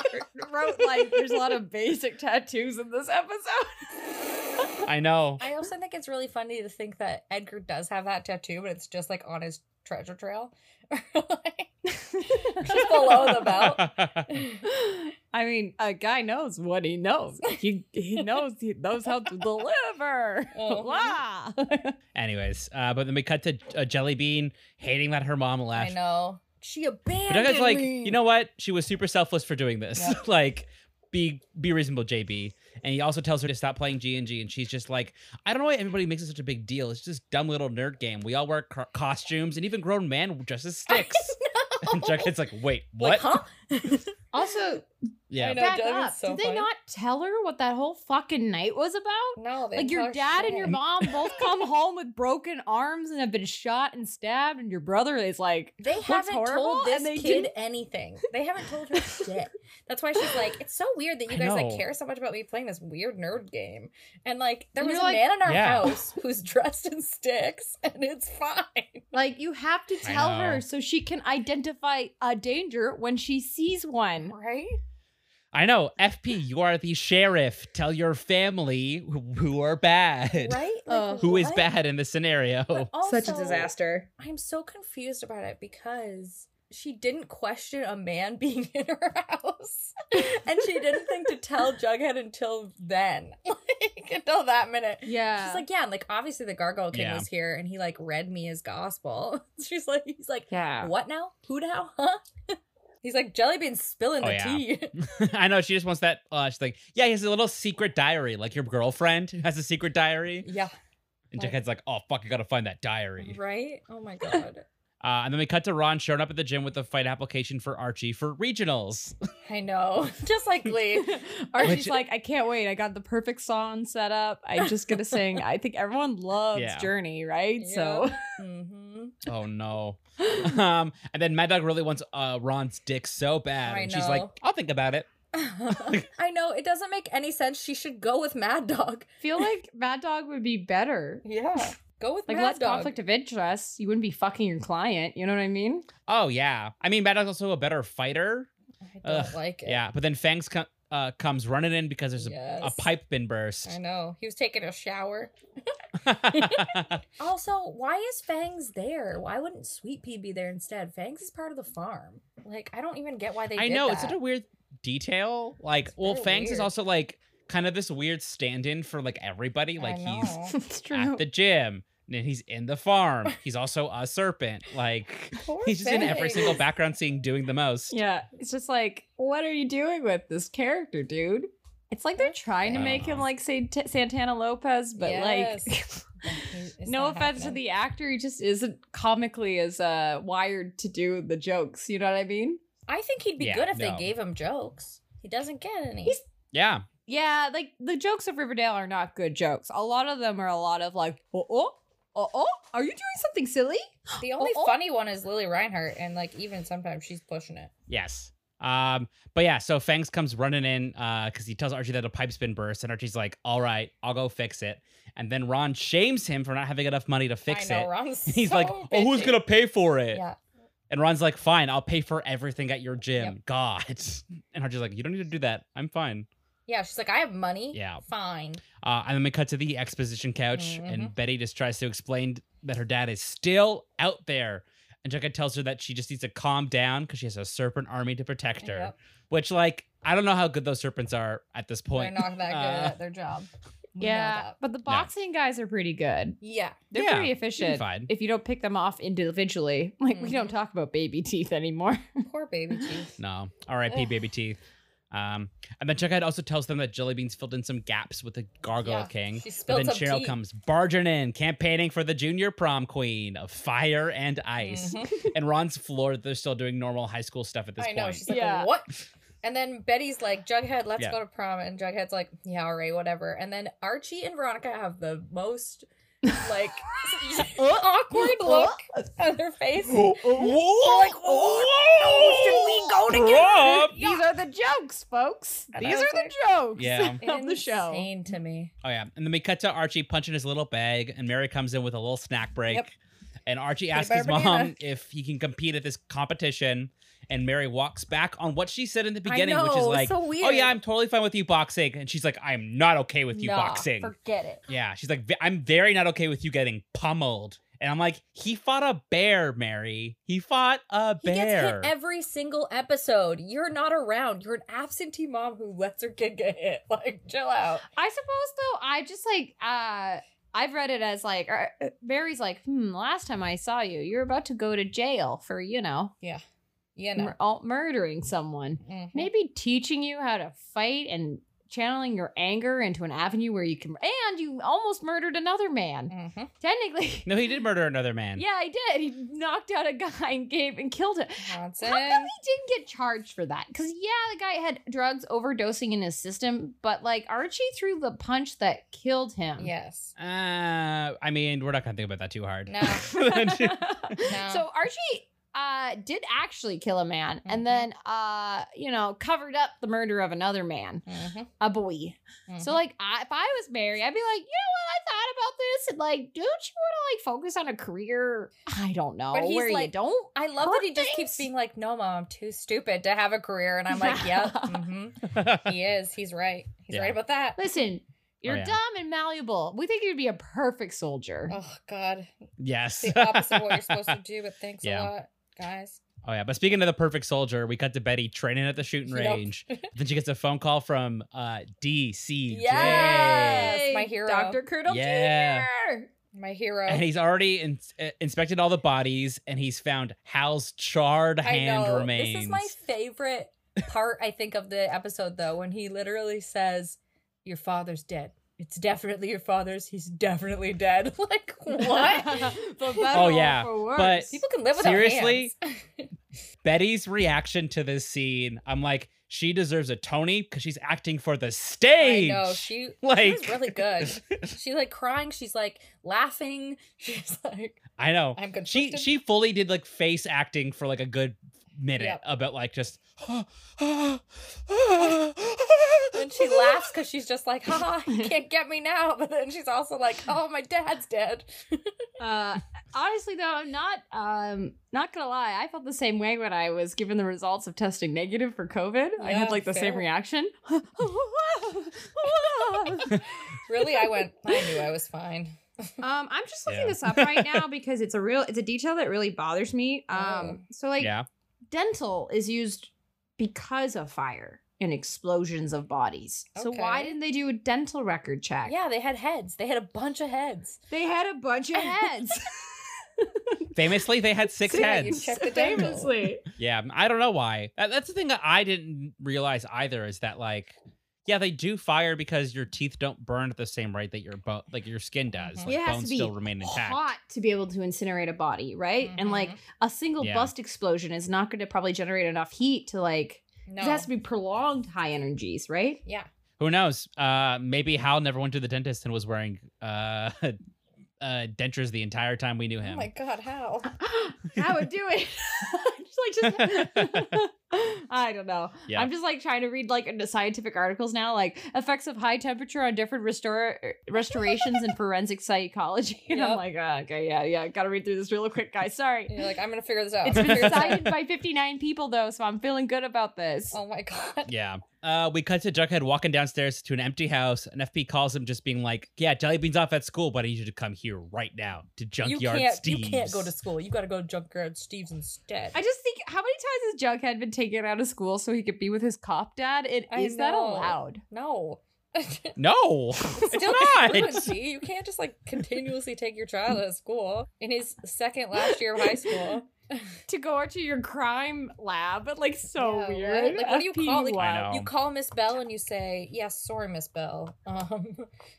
[SPEAKER 3] wrote like there's a lot of basic tattoos in this episode.
[SPEAKER 6] I know.
[SPEAKER 5] I also think it's really funny to think that Edgar does have that tattoo, but it's just like on his treasure trail. Just below the belt.
[SPEAKER 3] I mean, a guy knows what he knows. He he knows he knows how to deliver. Blah.
[SPEAKER 6] Anyways, uh, but then we cut to uh, Jelly Bean hating that her mom
[SPEAKER 5] I
[SPEAKER 6] left.
[SPEAKER 5] know. She
[SPEAKER 6] But
[SPEAKER 5] abandoned
[SPEAKER 6] that guy's like,
[SPEAKER 5] me.
[SPEAKER 6] you know what? She was super selfless for doing this.
[SPEAKER 5] Yep.
[SPEAKER 6] like, be be reasonable, JB. And he also tells her to stop playing G and G, and she's just like, I don't know why everybody makes it such a big deal. It's just dumb little nerd game. We all wear co- costumes, and even grown man dresses as sticks. and Jughead's like, wait,
[SPEAKER 5] Like,
[SPEAKER 6] what?
[SPEAKER 5] huh?
[SPEAKER 3] Also,
[SPEAKER 6] Yeah,
[SPEAKER 5] I know.
[SPEAKER 3] back
[SPEAKER 5] Dad,
[SPEAKER 3] up.
[SPEAKER 5] that's so
[SPEAKER 3] Did they
[SPEAKER 5] funny.
[SPEAKER 3] not tell her what that whole fucking night was about?
[SPEAKER 5] No, they
[SPEAKER 3] Like your
[SPEAKER 5] talk
[SPEAKER 3] dad
[SPEAKER 5] shit.
[SPEAKER 3] and your mom both come home with broken arms and have been shot and stabbed, and your brother is like,
[SPEAKER 5] They
[SPEAKER 3] Looks
[SPEAKER 5] haven't
[SPEAKER 3] horrible,
[SPEAKER 5] told this
[SPEAKER 3] and they
[SPEAKER 5] kid
[SPEAKER 3] didn't-
[SPEAKER 5] anything. They haven't told her shit. That's why she's like, it's so weird that you
[SPEAKER 6] I
[SPEAKER 5] guys
[SPEAKER 6] know.
[SPEAKER 5] like care so much about me playing this weird nerd game. And like, there
[SPEAKER 2] And
[SPEAKER 5] was
[SPEAKER 2] you're
[SPEAKER 5] a
[SPEAKER 2] like-
[SPEAKER 5] man in our
[SPEAKER 6] Yeah.
[SPEAKER 5] house who's dressed in sticks, and it's fine.
[SPEAKER 3] like you have to
[SPEAKER 6] I
[SPEAKER 3] tell
[SPEAKER 6] know.
[SPEAKER 3] her so she can identify a danger when she sees one.
[SPEAKER 5] Right?
[SPEAKER 6] I know. FP, you are the sheriff. Tell your family who, who are bad.
[SPEAKER 5] Right?
[SPEAKER 3] Uh,
[SPEAKER 6] Who is
[SPEAKER 5] what?
[SPEAKER 6] bad in this scenario?
[SPEAKER 5] But
[SPEAKER 4] Such a
[SPEAKER 5] also,
[SPEAKER 4] disaster.
[SPEAKER 5] I'm so confused about it because she didn't question a man being in her house. and she didn't think to tell Jughead until then. Like, until that minute.
[SPEAKER 3] Yeah.
[SPEAKER 5] She's like, yeah, and like obviously the Gargoyle King
[SPEAKER 6] Yeah.
[SPEAKER 5] was here and he like read me his gospel. She's like, he's like,
[SPEAKER 3] yeah.
[SPEAKER 5] what now? Who now? Huh? He's like, Jellybean's spilling
[SPEAKER 6] Oh,
[SPEAKER 5] the
[SPEAKER 6] yeah.
[SPEAKER 5] tea.
[SPEAKER 6] I know. She just wants that. Uh, she's like, yeah, he has a little secret diary. Like your girlfriend has a secret diary.
[SPEAKER 5] yeah.
[SPEAKER 6] And
[SPEAKER 5] Right.
[SPEAKER 6] Jughead's like, oh, fuck, I gotta find that diary.
[SPEAKER 5] Right? Oh my god.
[SPEAKER 6] Uh, and then we cut to Ron showing up at the gym with a fight application for Archie for regionals.
[SPEAKER 5] I know. Just like Glee.
[SPEAKER 3] Archie's
[SPEAKER 6] Which-
[SPEAKER 3] like, I can't wait. I got the perfect song set up. I'm just gonna sing. I think everyone loves
[SPEAKER 6] Yeah.
[SPEAKER 3] Journey, right? So
[SPEAKER 5] hmm
[SPEAKER 6] Oh no. um, and then Mad Dog really wants uh, Ron's dick so bad.
[SPEAKER 5] I
[SPEAKER 6] and she's like,
[SPEAKER 5] know.
[SPEAKER 6] I'll think about it.
[SPEAKER 5] I know. It doesn't make any sense. She should go with Mad Dog.
[SPEAKER 3] feel like Mad Dog would be better.
[SPEAKER 5] Yeah. Go with
[SPEAKER 3] Like
[SPEAKER 5] Mad
[SPEAKER 3] less
[SPEAKER 5] Dog.
[SPEAKER 3] conflict of interest. You wouldn't be fucking your client. You know what I mean?
[SPEAKER 6] Oh yeah. I mean, Mad Dog's also a better fighter.
[SPEAKER 5] I don't
[SPEAKER 6] Ugh,
[SPEAKER 5] like it.
[SPEAKER 6] Yeah. But then Fangs co- uh, comes running in because there's a, a
[SPEAKER 5] Yes.
[SPEAKER 6] pipe been burst.
[SPEAKER 5] I know. He was taking a shower. Also, why is Fangs there? Why wouldn't Sweet Pea be there instead? Fangs is part of the farm. Like, I don't even get why they
[SPEAKER 6] I
[SPEAKER 5] did
[SPEAKER 6] know. It's
[SPEAKER 5] that.
[SPEAKER 6] such a weird detail. Like,
[SPEAKER 5] It's
[SPEAKER 6] well,
[SPEAKER 5] very
[SPEAKER 6] Fangs is
[SPEAKER 5] weird.
[SPEAKER 6] also like kind of this weird stand in for like everybody.
[SPEAKER 5] I
[SPEAKER 6] Like, he's
[SPEAKER 5] know.
[SPEAKER 3] it's true.
[SPEAKER 6] at the gym. And then he's in the farm. He's also a serpent. Like
[SPEAKER 5] Poor
[SPEAKER 6] he's just in every
[SPEAKER 5] Fangs.
[SPEAKER 6] single background scene doing the most.
[SPEAKER 3] Yeah, it's just like, what are you doing with this character, dude? It's like they're trying to
[SPEAKER 6] I
[SPEAKER 3] make
[SPEAKER 6] don't
[SPEAKER 3] him
[SPEAKER 6] know.
[SPEAKER 3] like say T- Santana Lopez, but
[SPEAKER 5] Yes.
[SPEAKER 3] like,
[SPEAKER 5] It's
[SPEAKER 3] no
[SPEAKER 5] not
[SPEAKER 3] offense
[SPEAKER 5] happening.
[SPEAKER 3] to the actor, he just isn't comically as uh wired to do the jokes. You know what I mean?
[SPEAKER 5] I think he'd be
[SPEAKER 6] Yeah,
[SPEAKER 5] good if
[SPEAKER 6] no.
[SPEAKER 5] they gave him jokes. He doesn't get any.
[SPEAKER 3] He's-
[SPEAKER 6] Yeah.
[SPEAKER 3] Yeah, like the jokes of Riverdale are not good jokes. A lot of them are a lot of like, oh, oh oh, oh, are you doing something silly?
[SPEAKER 5] The only
[SPEAKER 3] Oh, oh.
[SPEAKER 5] funny one is Lily Reinhart, and like even sometimes she's pushing it.
[SPEAKER 6] Yes. Um, but yeah, so Fangs comes running in uh because he tells Archie that a pipe's been burst, and Archie's like, All right, I'll go fix it. And then Ron shames him for not having enough money to fix
[SPEAKER 5] I know,
[SPEAKER 6] it.
[SPEAKER 5] Ron's
[SPEAKER 6] And he's
[SPEAKER 5] so
[SPEAKER 6] like, Oh, who's
[SPEAKER 5] bitchy."
[SPEAKER 6] gonna pay for it?
[SPEAKER 5] Yeah.
[SPEAKER 6] And Ron's like, Fine, I'll pay for everything at your gym. God. And Archie's like, You don't need to do that. I'm fine.
[SPEAKER 5] Yeah, she's like, I have money.
[SPEAKER 6] Yeah.
[SPEAKER 5] Fine.
[SPEAKER 6] Uh, and then we cut to the exposition couch,
[SPEAKER 5] Mm-hmm.
[SPEAKER 6] and Betty just tries to explain that her dad is still out there. And Jughead tells her that she just needs to calm down because she has a serpent army to protect her.
[SPEAKER 5] Yep.
[SPEAKER 6] Which, like, I don't know how good those serpents are at this
[SPEAKER 5] They're
[SPEAKER 6] point.
[SPEAKER 5] not that good
[SPEAKER 6] Uh,
[SPEAKER 5] at their job. We know
[SPEAKER 3] Yeah,
[SPEAKER 5] that.
[SPEAKER 3] but the boxing guys are pretty good.
[SPEAKER 5] Yeah.
[SPEAKER 3] They're
[SPEAKER 6] Yeah,
[SPEAKER 3] pretty
[SPEAKER 6] she'll be
[SPEAKER 3] efficient.
[SPEAKER 6] fine.
[SPEAKER 3] If you don't pick them off individually, like we
[SPEAKER 5] Mm-hmm.
[SPEAKER 3] don't talk about baby teeth anymore.
[SPEAKER 5] Poor baby teeth.
[SPEAKER 6] No. R.I.P. Baby Teeth. Um, and then Jughead also tells them that Jellybeans filled in some gaps with the Gargoyle
[SPEAKER 5] Yeah,
[SPEAKER 6] King.
[SPEAKER 5] she
[SPEAKER 6] But
[SPEAKER 5] spilled
[SPEAKER 6] then
[SPEAKER 5] some
[SPEAKER 6] Cheryl
[SPEAKER 5] tea.
[SPEAKER 6] comes barging in, campaigning for the junior prom queen of fire and ice. And Ron's floored that they're still doing normal high school stuff at this
[SPEAKER 5] Mm-hmm. I
[SPEAKER 6] point.
[SPEAKER 5] know. She's like,
[SPEAKER 3] Yeah.
[SPEAKER 5] what? And then Betty's like, Jughead, let's
[SPEAKER 6] Yeah.
[SPEAKER 5] go to prom. And Jughead's like, yeah, all right, whatever. And then Archie and Veronica have the most, like, awkward look on their face. They're like, what? No, should we go together?
[SPEAKER 6] Prom?
[SPEAKER 3] These are the jokes, folks.
[SPEAKER 5] And I
[SPEAKER 3] These
[SPEAKER 5] was
[SPEAKER 3] are the
[SPEAKER 5] like-
[SPEAKER 3] jokes.
[SPEAKER 6] Yeah.
[SPEAKER 3] of the show.
[SPEAKER 5] Insane to me.
[SPEAKER 6] Oh yeah, and then we cut to Archie punching his little bag, and Mary comes in with a little snack break.
[SPEAKER 5] Yep.
[SPEAKER 6] And Archie asks
[SPEAKER 5] butter
[SPEAKER 6] his mom
[SPEAKER 5] banana.
[SPEAKER 6] if he can compete at this competition, and Mary walks back on what she said in the beginning, which is
[SPEAKER 5] know,
[SPEAKER 6] like,
[SPEAKER 5] so
[SPEAKER 6] "Oh
[SPEAKER 5] weird."
[SPEAKER 6] yeah, I'm totally fine with you boxing," and she's like, "I'm not okay with you
[SPEAKER 5] Nah,
[SPEAKER 6] boxing."
[SPEAKER 5] Forget it.
[SPEAKER 6] yeah, she's like, "V- "I'm very not okay with you getting pummeled," and I'm like, "He fought a bear, Mary. He fought a
[SPEAKER 5] He gets hit
[SPEAKER 6] bear."
[SPEAKER 5] every single episode. You're not around. You're an absentee mom who lets her kid get hit. Like, chill out.
[SPEAKER 3] I suppose though, I just like uh I've read it as like uh, Barry's like, hmm, last time I saw you, you're about to go to jail for, you know,
[SPEAKER 5] You know.
[SPEAKER 3] mur- all- murdering someone.
[SPEAKER 5] Mhm.
[SPEAKER 3] Maybe teaching you how to fight and channeling your anger into an avenue where you can and you almost murdered another man.
[SPEAKER 5] Mhm.
[SPEAKER 3] Technically.
[SPEAKER 6] no, he did murder another man.
[SPEAKER 3] Yeah, he did. He knocked out a guy and gave and killed him.
[SPEAKER 5] Johnson.
[SPEAKER 3] How come he didn't get charged for that? Because yeah, the guy had drugs overdosing in his system, but like Archie threw the punch that killed him.
[SPEAKER 5] Yes.
[SPEAKER 6] Uh, I mean, we're not gonna think about that too hard.
[SPEAKER 5] No.
[SPEAKER 3] So Archie uh, did actually kill a man, and then uh, you know covered up the murder of another man,
[SPEAKER 5] Mhm.
[SPEAKER 3] a boy. So
[SPEAKER 5] Mhm.
[SPEAKER 3] like, I, if I was Mary, I'd be like, you know what? I thought about this, and like, don't you want to like focus on a career? I don't know
[SPEAKER 5] But he's
[SPEAKER 3] where you
[SPEAKER 5] like-
[SPEAKER 3] don't.
[SPEAKER 5] I love that he just
[SPEAKER 3] Hurt
[SPEAKER 5] keeps
[SPEAKER 3] things?
[SPEAKER 5] being like, "No, mom, I'm too stupid to have a career," and I'm like, "Yep, hmm he is. He's right. He's
[SPEAKER 6] Yeah.
[SPEAKER 5] right about that."
[SPEAKER 3] Listen, you're
[SPEAKER 6] yeah.
[SPEAKER 3] dumb and malleable. We think you'd be a perfect soldier.
[SPEAKER 5] Oh God,
[SPEAKER 6] yes,
[SPEAKER 5] the opposite of what you're supposed to do. But thanks
[SPEAKER 6] Yeah.
[SPEAKER 5] a lot, guys.
[SPEAKER 6] Oh yeah, but speaking of the perfect soldier, we cut to Betty training at the shooting
[SPEAKER 5] Yep.
[SPEAKER 6] range. then she gets a phone call from uh DCJ.
[SPEAKER 5] Yes! my hero.
[SPEAKER 3] Doctor Curdle
[SPEAKER 6] Yeah.
[SPEAKER 3] Jr.
[SPEAKER 5] My hero.
[SPEAKER 6] And he's already in- uh, inspected all the bodies and he's found Hal's charred
[SPEAKER 5] I
[SPEAKER 6] hand
[SPEAKER 5] know.
[SPEAKER 6] remains.
[SPEAKER 5] This is my favorite part. I think of the episode though, when he literally says, "Your father's dead." It's definitely your father's. He's definitely dead. like what?
[SPEAKER 3] for better
[SPEAKER 6] Oh,
[SPEAKER 3] or
[SPEAKER 6] yeah,
[SPEAKER 3] for worse.
[SPEAKER 6] but-
[SPEAKER 5] People can live without
[SPEAKER 6] Seriously?
[SPEAKER 5] hands.
[SPEAKER 6] Betty's reaction to this scene. I'm like, she deserves a Tony because she's acting for the stage.
[SPEAKER 5] I know she. she
[SPEAKER 6] like
[SPEAKER 5] was really good. She like crying. She's like laughing. She's like,
[SPEAKER 6] I know.
[SPEAKER 5] I'm
[SPEAKER 6] she
[SPEAKER 5] conflicted.
[SPEAKER 6] she fully did like face acting for like a good minute
[SPEAKER 5] Yep.
[SPEAKER 6] about like just
[SPEAKER 5] and she laughs because she's just like, "Ha, you can't get me now." But then she's also like, "Oh, my dad's dead."
[SPEAKER 3] uh, honestly though, I'm not um not gonna lie. I felt the same way when I was given the results of testing negative for COVID. I
[SPEAKER 5] Yeah,
[SPEAKER 3] had like the same
[SPEAKER 5] fair.
[SPEAKER 3] reaction.
[SPEAKER 5] really, I went. I knew I was fine.
[SPEAKER 4] Um, I'm just looking
[SPEAKER 6] Yeah.
[SPEAKER 4] this up right now because it's a real it's a detail that really bothers me. Um,
[SPEAKER 5] Oh.
[SPEAKER 4] so like
[SPEAKER 6] yeah.
[SPEAKER 3] Dental is used because of fire and explosions of bodies. So why
[SPEAKER 5] Okay.
[SPEAKER 3] didn't they do a dental record check?
[SPEAKER 5] Yeah, they had heads. They had a bunch of heads.
[SPEAKER 4] they had a bunch of heads.
[SPEAKER 6] Famously, they had six
[SPEAKER 5] See, yeah, you
[SPEAKER 6] heads.
[SPEAKER 5] check the dental.
[SPEAKER 4] Famously.
[SPEAKER 6] Yeah, I don't know why. That- That's the thing that I didn't realize either is that like, yeah, they do fire because your teeth don't burn at the same rate that your bone, like your skin does.
[SPEAKER 5] Mhm.
[SPEAKER 6] Like
[SPEAKER 3] It has
[SPEAKER 6] bones
[SPEAKER 3] to be
[SPEAKER 6] still remain intact.
[SPEAKER 3] Hot to be able to incinerate a body, right? And like
[SPEAKER 5] Mhm.
[SPEAKER 3] a single
[SPEAKER 6] Yeah.
[SPEAKER 3] bust explosion is not going to probably generate enough heat to like
[SPEAKER 5] No.
[SPEAKER 3] It has to be prolonged high energies, right?
[SPEAKER 6] Oh,
[SPEAKER 5] yeah.
[SPEAKER 6] Who knows? Uh, maybe Hal never went to the dentist and was wearing uh uh, dentures the entire time we knew him.
[SPEAKER 5] Oh my god, how?
[SPEAKER 3] I would do it. just like just I don't know.
[SPEAKER 6] Yeah.
[SPEAKER 3] I'm just like trying to read like into scientific articles now, like effects of high temperature on different restore restorations in forensic psychology. And I'm
[SPEAKER 5] Yep.
[SPEAKER 3] like, uh okay, yeah, yeah, gotta read through this real quick, guys. Sorry.
[SPEAKER 5] And you're like, I'm gonna figure this out.
[SPEAKER 3] It's
[SPEAKER 5] I'm gonna
[SPEAKER 3] been
[SPEAKER 5] figure this out.
[SPEAKER 3] cited by 59 people though, so I'm feeling good about this.
[SPEAKER 5] Oh my god.
[SPEAKER 6] Yeah. Uh, we cut to Jughead walking downstairs to an empty house. and FP calls him, just being like, "Yeah, Jellybean's off at school, but I need you to come here right now to
[SPEAKER 5] you
[SPEAKER 6] Junkyard
[SPEAKER 5] can't
[SPEAKER 6] Steve's."
[SPEAKER 5] you can't go to school. You gotta go to Junkyard Steve's instead.
[SPEAKER 3] I just think how many times has Jughead been taken out of school so he could be with his cop dad? And
[SPEAKER 5] I
[SPEAKER 3] is that
[SPEAKER 5] know.
[SPEAKER 3] allowed?
[SPEAKER 5] no. Still
[SPEAKER 6] no, it's not.
[SPEAKER 5] truancy. You can't just like continuously take your child out of school in his second last year of high school.
[SPEAKER 3] To go into your crime lab, like so
[SPEAKER 5] Yeah,
[SPEAKER 3] weird.
[SPEAKER 5] What? Like what do you call
[SPEAKER 3] FP
[SPEAKER 5] like
[SPEAKER 6] I know.
[SPEAKER 5] you call Miss Bell and you say, Yes, sorry, Miss Bell. Um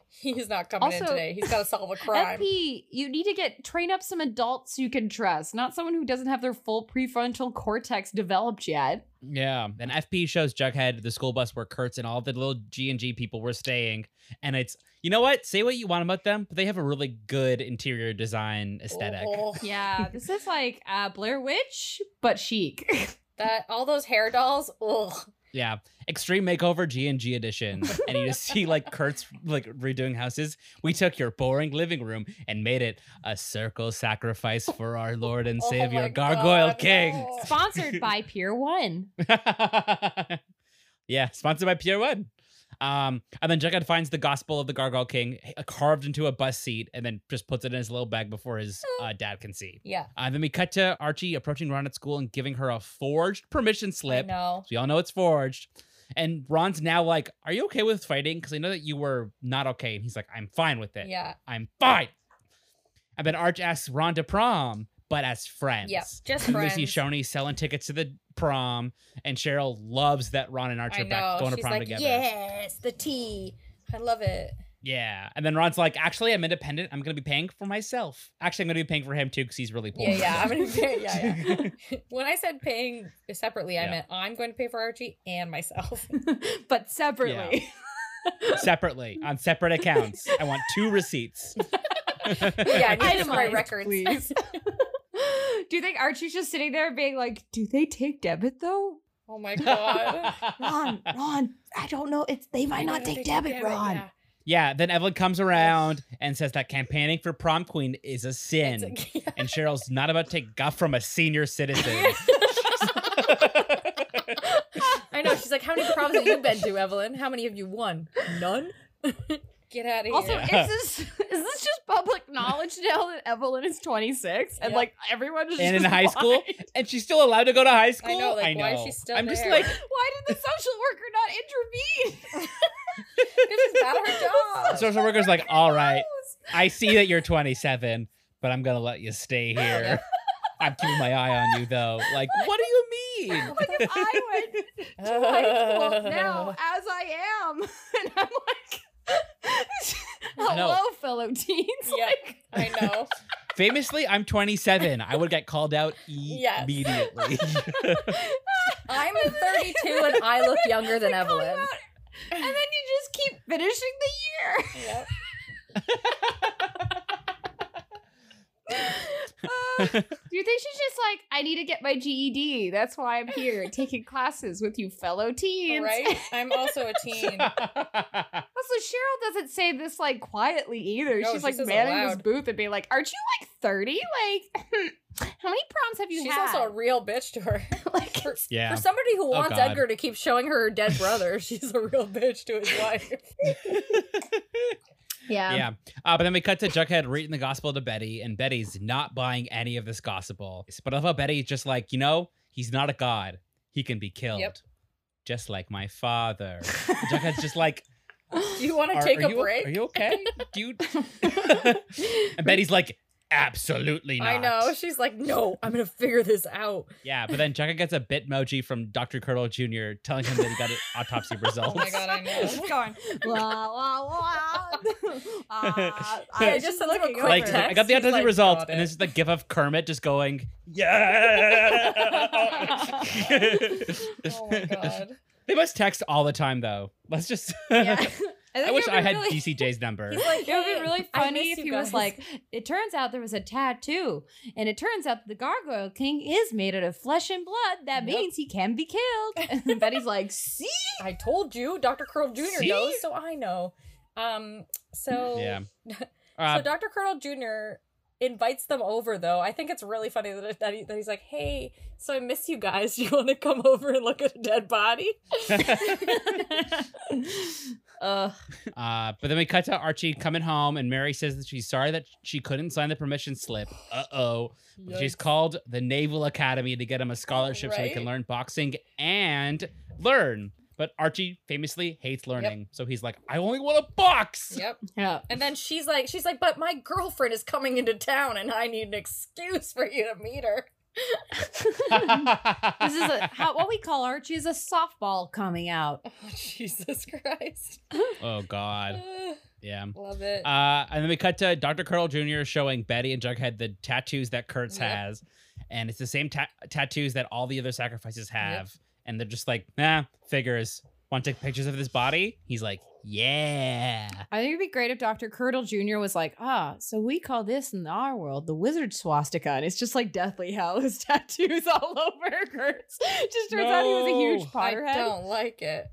[SPEAKER 5] he's not coming in
[SPEAKER 3] Also-
[SPEAKER 5] today. He's gotta solve a crime.
[SPEAKER 3] FP, you need to get train up some adults you can trust, not someone who doesn't have their full prefrontal cortex developed yet.
[SPEAKER 6] Yeah, and FP shows Jughead the school bus where Kurtz and all the little G and G people were staying, and it's you know what? Say what you want about them, but they have a really good interior design aesthetic.
[SPEAKER 5] Oh,
[SPEAKER 3] Yeah, this is like uh, Blair Witch, but chic.
[SPEAKER 5] that all those hair dolls, ugh.
[SPEAKER 6] Yeah, Extreme Makeover G and G edition, and you just see like Kurtz like redoing houses. We took your boring living room and made it a circle sacrifice for our Lord and
[SPEAKER 5] Oh
[SPEAKER 6] Savior
[SPEAKER 5] my
[SPEAKER 6] Gargoyle
[SPEAKER 5] God,
[SPEAKER 6] King.
[SPEAKER 5] no.
[SPEAKER 3] Sponsored by Pier One.
[SPEAKER 6] yeah, sponsored by Pierre One. Um, and then Jughead finds the Gospel of the Gargoyle King h- uh, carved into a bus seat, and then just puts it in his little bag before his uh, dad can see.
[SPEAKER 5] Yeah.
[SPEAKER 6] Uh, then we cut to Archie approaching Ron at school and giving her a forged permission slip.
[SPEAKER 5] I know.
[SPEAKER 6] We all know it's forged. And Ron's now like, "Are you okay with fighting? Because I know that you were not okay." And he's like, "I'm fine with it.
[SPEAKER 5] Yeah.
[SPEAKER 6] I'm fine." And then Arch asks Ron to prom, but as friends.
[SPEAKER 5] Yeah. Just
[SPEAKER 6] And We see
[SPEAKER 5] friends.
[SPEAKER 6] Shoney selling tickets to the prom, and Cheryl loves that Ron and Arch
[SPEAKER 5] I
[SPEAKER 6] are back
[SPEAKER 5] know.
[SPEAKER 6] going to
[SPEAKER 5] She's
[SPEAKER 6] prom
[SPEAKER 5] like,
[SPEAKER 6] together.
[SPEAKER 5] Yes, the tea. I love it.
[SPEAKER 6] Yeah. And then Ron's like, "Actually, I'm independent. I'm going to be paying for myself. Actually, I'm going to be paying for him too because he's really poor."
[SPEAKER 5] Yeah, yeah. I'm gonna pay, yeah, yeah. when I said paying separately, I
[SPEAKER 6] Yeah.
[SPEAKER 5] meant I'm going to pay for Archie and myself.
[SPEAKER 3] but separately.
[SPEAKER 6] Separately on separate accounts. I want two receipts.
[SPEAKER 5] yeah, I need to my
[SPEAKER 3] Itemized,
[SPEAKER 5] records.
[SPEAKER 3] please. do you think Archie's just sitting there being like, do they take debit though?
[SPEAKER 5] oh my god.
[SPEAKER 3] Ron, Ron, I don't know. It's they might not take debit, Ron.
[SPEAKER 5] Yeah.
[SPEAKER 6] Yeah, then Evelyn comes around and says that campaigning for prom queen is a sin.
[SPEAKER 5] It's like- yeah.
[SPEAKER 6] and Cheryl's not about to take guff from a senior citizen.
[SPEAKER 5] I know. She's like, how many proms have you been to, Evelyn? How many have you won? None. Get out of here.
[SPEAKER 3] Also,
[SPEAKER 6] Yeah.
[SPEAKER 3] is this is this just public knowledge now that Evelyn is 26 and
[SPEAKER 5] Yeah.
[SPEAKER 3] like everyone is
[SPEAKER 6] and in
[SPEAKER 3] just
[SPEAKER 6] high school,
[SPEAKER 3] blind?
[SPEAKER 6] and she's still allowed to go to high school.
[SPEAKER 5] I know, like, why is she still
[SPEAKER 6] I'm just
[SPEAKER 5] there?
[SPEAKER 6] like,
[SPEAKER 3] Why did the social worker not intervene?
[SPEAKER 5] This is bad at her job.
[SPEAKER 6] social worker's like, all right, I see that you're 27, but I'm gonna let you stay here. I'm keeping my eye on you though. Like, what do you mean?
[SPEAKER 3] Like if I went to high school now as I am, and I'm like,
[SPEAKER 6] I know.
[SPEAKER 3] hello, fellow teens.
[SPEAKER 5] Yeah, I know.
[SPEAKER 6] Famously, I'm 27. I would get called out
[SPEAKER 5] Yes.
[SPEAKER 6] immediately.
[SPEAKER 5] I'm 32 and I look younger than
[SPEAKER 3] They call you
[SPEAKER 5] Evelyn.
[SPEAKER 3] out, And then you just keep finishing the year.
[SPEAKER 5] Yep.
[SPEAKER 3] Uh, do you think she's just like, I need to get my GED? That's why I'm here taking classes with you fellow teens.
[SPEAKER 5] Right? I'm also a teen.
[SPEAKER 3] Also, Cheryl doesn't say this like quietly either.
[SPEAKER 5] No,
[SPEAKER 3] she's
[SPEAKER 5] she
[SPEAKER 3] like
[SPEAKER 5] says it
[SPEAKER 3] manning this
[SPEAKER 5] loud.
[SPEAKER 3] booth and being like, Aren't you like 30? Like, how many proms have you
[SPEAKER 5] She's
[SPEAKER 3] had?
[SPEAKER 5] also a real bitch to her.
[SPEAKER 3] like,
[SPEAKER 5] For,
[SPEAKER 6] yeah. Oh,
[SPEAKER 5] for somebody who wants
[SPEAKER 6] God.
[SPEAKER 5] Edgar to keep showing her her dead brother, she's a real bitch to his wife.
[SPEAKER 3] yeah.
[SPEAKER 6] Yeah. Uh, but then we cut to Jughead reading the gospel to Betty, and Betty's not buying any of this gospel. But I love how Betty's just like, you know, he's not a god. He can be killed.
[SPEAKER 5] Yep.
[SPEAKER 6] Just like my father. Jughead's just like,
[SPEAKER 5] Do you want to
[SPEAKER 6] are,
[SPEAKER 5] take
[SPEAKER 6] are
[SPEAKER 5] a
[SPEAKER 6] you,
[SPEAKER 5] break?
[SPEAKER 6] Are you okay? Dude. and Betty's like, absolutely not.
[SPEAKER 5] I know. She's like, no, I'm gonna figure this out.
[SPEAKER 6] Yeah, but then Jughead gets a bitmoji from Dr. Curdle Jr. telling him that he got an autopsy results.
[SPEAKER 5] Oh my god, I know.
[SPEAKER 3] She's going, wah, wah, wah. Ah,
[SPEAKER 6] Yeah,
[SPEAKER 3] I just
[SPEAKER 5] just a little
[SPEAKER 3] looking
[SPEAKER 5] quick
[SPEAKER 3] over.
[SPEAKER 6] like
[SPEAKER 5] text.
[SPEAKER 6] I got the
[SPEAKER 5] He's
[SPEAKER 6] autopsy
[SPEAKER 5] like,
[SPEAKER 6] results,
[SPEAKER 5] got
[SPEAKER 6] and
[SPEAKER 5] it.
[SPEAKER 6] it's the gif of Kermit just going, yeah.
[SPEAKER 5] Oh my god.
[SPEAKER 6] They must text all the time, though. Let's just.
[SPEAKER 3] Yeah.
[SPEAKER 6] I
[SPEAKER 4] think
[SPEAKER 6] wish
[SPEAKER 4] it
[SPEAKER 6] I
[SPEAKER 4] would be
[SPEAKER 6] had
[SPEAKER 4] really-
[SPEAKER 6] DCJ's number.
[SPEAKER 5] He's like,
[SPEAKER 3] It would
[SPEAKER 5] "Hey,
[SPEAKER 3] be really
[SPEAKER 5] I
[SPEAKER 3] funny if
[SPEAKER 5] miss you
[SPEAKER 3] he was
[SPEAKER 5] guys."
[SPEAKER 3] like, it turns out there was a tattoo, and it turns out the Gargoyle King is made out of flesh and blood. That
[SPEAKER 6] Yep.
[SPEAKER 3] means he can be killed. And Betty's like, see?
[SPEAKER 5] I told you, Dr. Curl Jr.
[SPEAKER 6] See?
[SPEAKER 5] knows, so I know. Um, so
[SPEAKER 6] Yeah.
[SPEAKER 5] so
[SPEAKER 6] Uh,
[SPEAKER 5] Dr. Curl Jr. invites them over, though. I think it's really funny that, that, he, that he's like, "Hey, so I miss you guys. Do you want to come over and look at a dead body?"
[SPEAKER 3] Ugh.
[SPEAKER 6] uh, but then we cut to Archie coming home, and Mary says that she's sorry that she couldn't sign the permission slip. Uh oh. She's called the Naval Academy to get him a scholarship so he can
[SPEAKER 5] Right?
[SPEAKER 6] learn boxing and learn. But Archie famously hates learning. So he's like, I only want to box.
[SPEAKER 5] Yep.
[SPEAKER 3] Yeah.
[SPEAKER 5] And then she's like, she's like, "But my girlfriend is coming into town, and I need an excuse for you to meet her."
[SPEAKER 3] This is a, how, what we call Archie is a softball coming out.
[SPEAKER 5] Oh, Jesus Christ!
[SPEAKER 6] oh, God.
[SPEAKER 5] Ugh,
[SPEAKER 6] Yeah.
[SPEAKER 5] love it.
[SPEAKER 6] Uh, and then we cut to Dr. Curl Jr. showing Betty and Jughead the tattoos that Kurtz
[SPEAKER 5] Yep.
[SPEAKER 6] has. And it's the same ta- tattoos that all the other sacrifices have. And they're just like, nah, figures. Want to take pictures of this body? He's like, yeah.
[SPEAKER 3] I think it'd be great if Dr. Curdle Jr. was like, ah, so we call this in our world the wizard swastika. And it's just like Deathly Hallows tattoos all over Kurtz. Just turns out he was a huge
[SPEAKER 6] No.
[SPEAKER 5] I
[SPEAKER 3] Potterhead.
[SPEAKER 5] don't like it.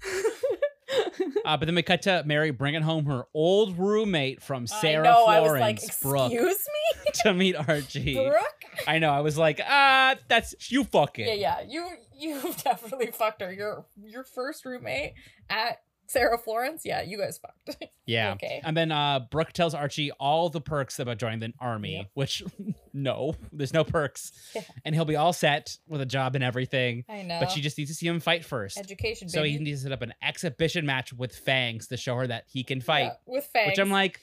[SPEAKER 6] Uh, but then we cut to Mary bringing home her old roommate from Sarah
[SPEAKER 5] I know. I was like,
[SPEAKER 6] Florence, Brooke,
[SPEAKER 5] "Excuse
[SPEAKER 6] to meet
[SPEAKER 5] me,
[SPEAKER 6] Archie.
[SPEAKER 5] Brooke."
[SPEAKER 6] I know. I was like, ah, that's you fucking.
[SPEAKER 5] Yeah, yeah. You you definitely fucked her. Your your first roommate at Sarah Florence. Yeah, you guys fucked.
[SPEAKER 6] Yeah.
[SPEAKER 5] Okay.
[SPEAKER 6] And then uh, Brooke tells Archie all the perks about joining the army,
[SPEAKER 5] Yep.
[SPEAKER 6] which no, there's no perks.
[SPEAKER 5] Yeah.
[SPEAKER 6] And he'll be all set with a job and everything.
[SPEAKER 5] I know.
[SPEAKER 6] But she just needs to see him fight first.
[SPEAKER 5] education.
[SPEAKER 6] so he
[SPEAKER 5] baby.
[SPEAKER 6] needs to set up an exhibition match with Fangs to show her that he can
[SPEAKER 5] Yeah,
[SPEAKER 6] fight.
[SPEAKER 5] with fangs.
[SPEAKER 6] Which I'm like,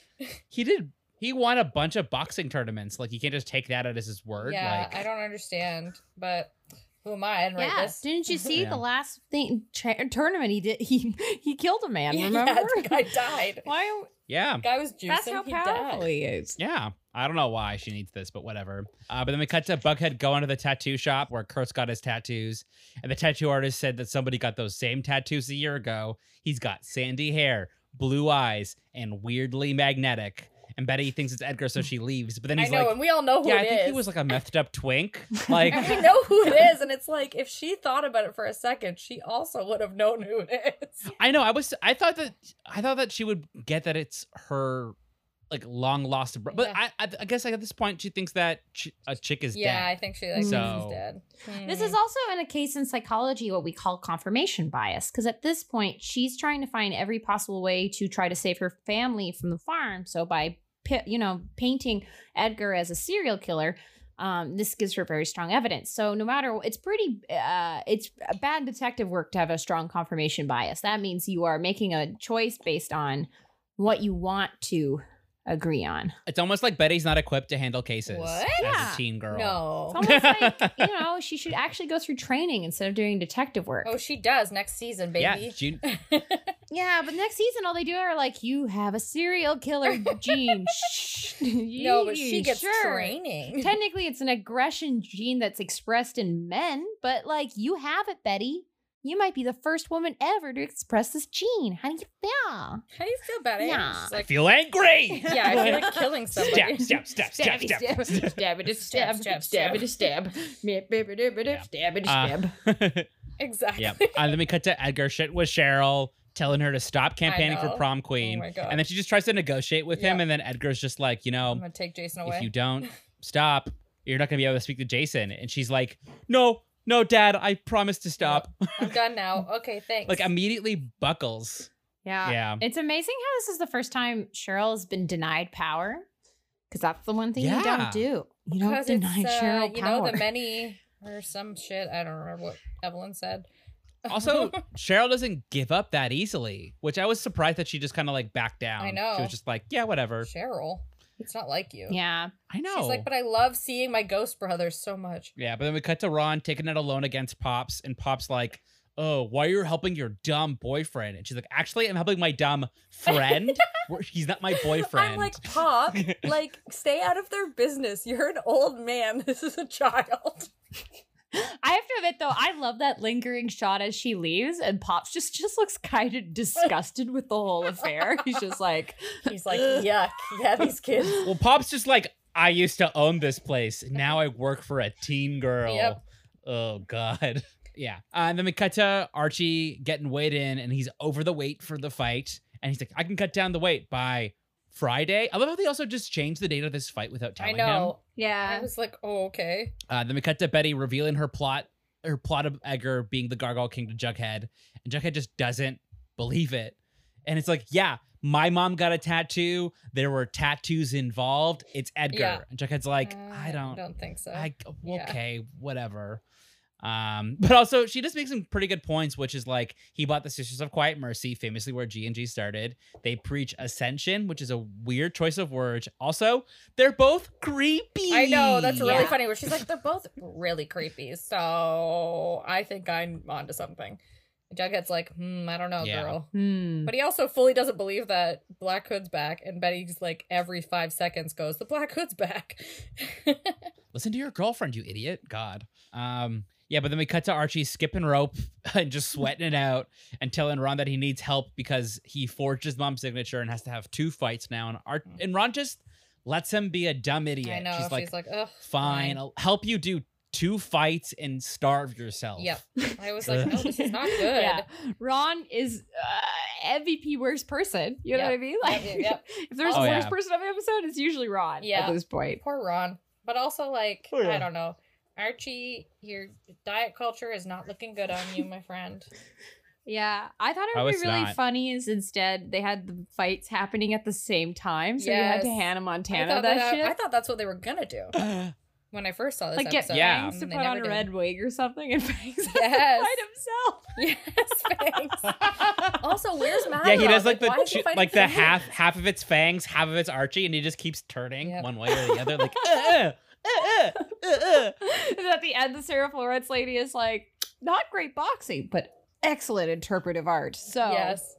[SPEAKER 6] he did. He won a bunch of boxing tournaments. Like, you can't just take that out as his word.
[SPEAKER 5] yeah,
[SPEAKER 6] like,
[SPEAKER 5] I don't understand. But who am I? And right
[SPEAKER 3] Yeah,
[SPEAKER 5] this.
[SPEAKER 3] didn't you see
[SPEAKER 6] Yeah.
[SPEAKER 3] the last thing tra- tournament he did? He he killed a man.
[SPEAKER 5] Yeah,
[SPEAKER 3] remember?
[SPEAKER 5] the guy died.
[SPEAKER 3] Why?
[SPEAKER 6] yeah.
[SPEAKER 5] Guy was juicing.
[SPEAKER 3] That's how
[SPEAKER 5] he
[SPEAKER 3] powerful
[SPEAKER 5] died.
[SPEAKER 3] he is.
[SPEAKER 6] Yeah. I don't know why she needs this, but whatever. Uh, but then we cut to Bughead going to the tattoo shop where Kurtz got his tattoos. And the tattoo artist said that somebody got those same tattoos a year ago. He's got sandy hair, blue eyes, and weirdly magnetic. And Betty thinks it's Edgar, so she leaves. But then
[SPEAKER 5] I
[SPEAKER 6] he's
[SPEAKER 5] know,
[SPEAKER 6] like,
[SPEAKER 5] and we all know who
[SPEAKER 6] Yeah,
[SPEAKER 5] it
[SPEAKER 6] I think he
[SPEAKER 5] is.
[SPEAKER 6] was like a methed up twink. Like,
[SPEAKER 5] and we know who it is, and it's like if she thought about it for a second, she also would have known who it is.
[SPEAKER 6] I know. I was. I thought that. I thought that she would get that it's her, like long lost. Bro- but
[SPEAKER 5] Yeah.
[SPEAKER 6] I, I, I guess like, at this point she thinks that ch- a chick is
[SPEAKER 5] yeah,
[SPEAKER 6] dead.
[SPEAKER 5] I think she like
[SPEAKER 6] So-
[SPEAKER 5] she's dead.
[SPEAKER 3] This
[SPEAKER 5] Hmm.
[SPEAKER 3] is also in a case in psychology what we call confirmation bias, because at this point she's trying to find every possible way to try to save her family from the farm. So by pi- you know painting Edgar as a serial killer, um, this gives her very strong evidence. So no matter, it's pretty, uh, it's bad detective work to have a strong confirmation bias. That means you are making a choice based on what you want to agree on.
[SPEAKER 6] It's almost like Betty's not equipped to handle cases
[SPEAKER 5] What?
[SPEAKER 6] as
[SPEAKER 3] Yeah.
[SPEAKER 6] a teen girl.
[SPEAKER 5] No.
[SPEAKER 3] It's almost like you know she should actually go through training instead of doing detective work.
[SPEAKER 5] Oh, she does next season,
[SPEAKER 6] Yeah,
[SPEAKER 5] baby.
[SPEAKER 6] June.
[SPEAKER 3] Yeah, but next season all they do are like, you have a serial killer gene. Shh.
[SPEAKER 5] no, but she
[SPEAKER 3] Yee,
[SPEAKER 5] gets
[SPEAKER 3] sure.
[SPEAKER 5] training.
[SPEAKER 3] Technically, it's an aggression gene that's expressed in men, but like, you have it, Betty. You might be the first woman ever to express this gene. How do you feel?
[SPEAKER 5] How do you feel about it?
[SPEAKER 3] Yeah.
[SPEAKER 5] She's
[SPEAKER 6] I
[SPEAKER 5] like,
[SPEAKER 6] feel angry.
[SPEAKER 5] yeah, I feel like killing somebody.
[SPEAKER 6] Stab, stab, stab, stab, stab.
[SPEAKER 3] stab it,
[SPEAKER 5] Stab, stab, stab.
[SPEAKER 3] stab, stab
[SPEAKER 6] Yeah.
[SPEAKER 3] it, stab it,
[SPEAKER 6] Uh,
[SPEAKER 5] Exactly.
[SPEAKER 6] yeah. Uh, then we cut to Edgar shit with Cheryl, telling her to stop campaigning for
[SPEAKER 5] know.
[SPEAKER 6] prom queen.
[SPEAKER 5] Oh my God.
[SPEAKER 6] and then she just tries to negotiate with him,
[SPEAKER 5] Yeah.
[SPEAKER 6] and then Edgar's just like, you
[SPEAKER 5] I'm
[SPEAKER 6] know,
[SPEAKER 5] gonna take Jason away.
[SPEAKER 6] Um, if you don't stop, you're not gonna be able to speak to Jason. And she's like, no, no, Dad, I promise to stop.
[SPEAKER 5] I'm done now. Okay, thanks.
[SPEAKER 6] Like immediately buckles.
[SPEAKER 3] Yeah.
[SPEAKER 6] Yeah.
[SPEAKER 3] It's amazing how this is the first time Cheryl has been denied power. Because that's the one thing you
[SPEAKER 6] Yeah.
[SPEAKER 3] don't do. You
[SPEAKER 5] because
[SPEAKER 3] don't
[SPEAKER 5] it's
[SPEAKER 3] deny
[SPEAKER 5] uh,
[SPEAKER 3] Cheryl
[SPEAKER 5] you
[SPEAKER 3] power.
[SPEAKER 5] know the many or some shit. I don't remember what Evelyn said.
[SPEAKER 6] Also, Cheryl doesn't give up that easily, which I was surprised that she just kind of like backed down.
[SPEAKER 5] I know.
[SPEAKER 6] She was just like, yeah, whatever.
[SPEAKER 5] Cheryl, it's not like you.
[SPEAKER 3] yeah.
[SPEAKER 6] I know.
[SPEAKER 5] She's like, but I love seeing my ghost brothers so much.
[SPEAKER 6] Yeah, but then we cut to Ron taking it alone against Pops, and Pops like, "Oh, why are you helping your dumb boyfriend?" And she's like, "Actually, I'm helping my dumb friend. We're- He's not my boyfriend."
[SPEAKER 5] I'm like, Pop, like, stay out of their business. You're an old man. This is a child.
[SPEAKER 2] I have to admit though, I love that lingering shot as she leaves, and Pops just just looks kind of disgusted with the whole affair. He's just like,
[SPEAKER 5] He's like, yuck. Yeah, these kids.
[SPEAKER 6] Well, Pop's just like, I used to own this place. Now I work for a teen girl.
[SPEAKER 5] Yep.
[SPEAKER 6] Oh, God. Yeah. Uh, and then we cut to Archie getting weighed in, and he's over the weight for the fight. And he's like, I can cut down the weight by Friday. I love how they also just changed the date of this fight without
[SPEAKER 5] I
[SPEAKER 6] telling him.
[SPEAKER 5] know. I
[SPEAKER 3] Yeah.
[SPEAKER 5] was like, oh, okay.
[SPEAKER 6] Uh, then we cut to Betty revealing her plot, her plot of Edgar being the Gargoyle King to Jughead, and Jughead just doesn't believe it. And it's like, yeah, my mom got a tattoo. There were tattoos involved. It's Edgar.
[SPEAKER 5] Yeah.
[SPEAKER 6] And Jughead's like,
[SPEAKER 5] Uh,
[SPEAKER 6] I don't,
[SPEAKER 5] don't think so.
[SPEAKER 6] I
[SPEAKER 5] yeah.
[SPEAKER 6] okay, whatever. Um, but also she does make some pretty good points, which is like he bought the Sisters of Quiet Mercy, famously where G and G started. They preach ascension, which is a weird choice of words. Also, they're both creepy.
[SPEAKER 5] I know that's really
[SPEAKER 2] Yeah.
[SPEAKER 5] funny. Where she's like, they're both really creepy. So I think I'm onto something. And Jughead's like, hmm, I don't know,
[SPEAKER 6] Yeah.
[SPEAKER 5] girl.
[SPEAKER 2] hmm.
[SPEAKER 5] But he also fully doesn't believe that Black Hood's back, and Betty's like every five seconds goes, "The Black Hood's back."
[SPEAKER 6] listen to your girlfriend, you idiot. God. Um, yeah, but then we cut to Archie skipping rope and just sweating it out and telling Ron that he needs help because he forged his mom's signature and has to have two fights now. And Ar- and Ron just lets him be a dumb idiot.
[SPEAKER 5] I know.
[SPEAKER 6] She's like,
[SPEAKER 5] "Ugh,
[SPEAKER 6] fine, I'll help you do two fights and starve yourself.
[SPEAKER 5] Yep. I was like,
[SPEAKER 2] "Oh,
[SPEAKER 5] "No, this is not good."
[SPEAKER 2] Yeah. Ron is uh, MVP worst person. You know
[SPEAKER 5] Yeah.
[SPEAKER 2] what I mean? Like,
[SPEAKER 5] Yeah, yeah.
[SPEAKER 2] if there's
[SPEAKER 6] Oh,
[SPEAKER 2] a
[SPEAKER 6] yeah.
[SPEAKER 2] worst person of the episode, it's usually Ron
[SPEAKER 5] Yeah.
[SPEAKER 2] at this point.
[SPEAKER 5] Poor Ron. But also, like,
[SPEAKER 6] Oh, yeah.
[SPEAKER 5] I don't know, Archie, your diet culture is not looking good on you, my friend.
[SPEAKER 2] Yeah, I thought it
[SPEAKER 6] Oh,
[SPEAKER 2] would be
[SPEAKER 6] it's
[SPEAKER 2] really
[SPEAKER 6] not.
[SPEAKER 2] funny is instead they had the fights happening at the same time, so you had
[SPEAKER 5] Yes.
[SPEAKER 2] to Hannah
[SPEAKER 5] I
[SPEAKER 2] Montana
[SPEAKER 5] thought
[SPEAKER 2] that, shit.
[SPEAKER 5] I thought that's what they were gonna do when I first saw this
[SPEAKER 2] like get
[SPEAKER 5] episode.
[SPEAKER 2] Fangs
[SPEAKER 6] Yeah.
[SPEAKER 5] and
[SPEAKER 2] to
[SPEAKER 5] they
[SPEAKER 2] put on
[SPEAKER 5] never
[SPEAKER 2] a
[SPEAKER 5] did.
[SPEAKER 2] red wig or something and Fangs
[SPEAKER 5] Yes.
[SPEAKER 2] fight himself.
[SPEAKER 5] Yes, Fangs. also, where's Matt?
[SPEAKER 6] Yeah, he does like the two- like the half half of its fangs, half of its Archie, and he just keeps turning
[SPEAKER 5] Yep.
[SPEAKER 6] one way or the other, like uh, uh, uh, uh,
[SPEAKER 2] and at the end, the Sarah Florence lady is like, not great boxing, but excellent interpretive art. So
[SPEAKER 5] Yes.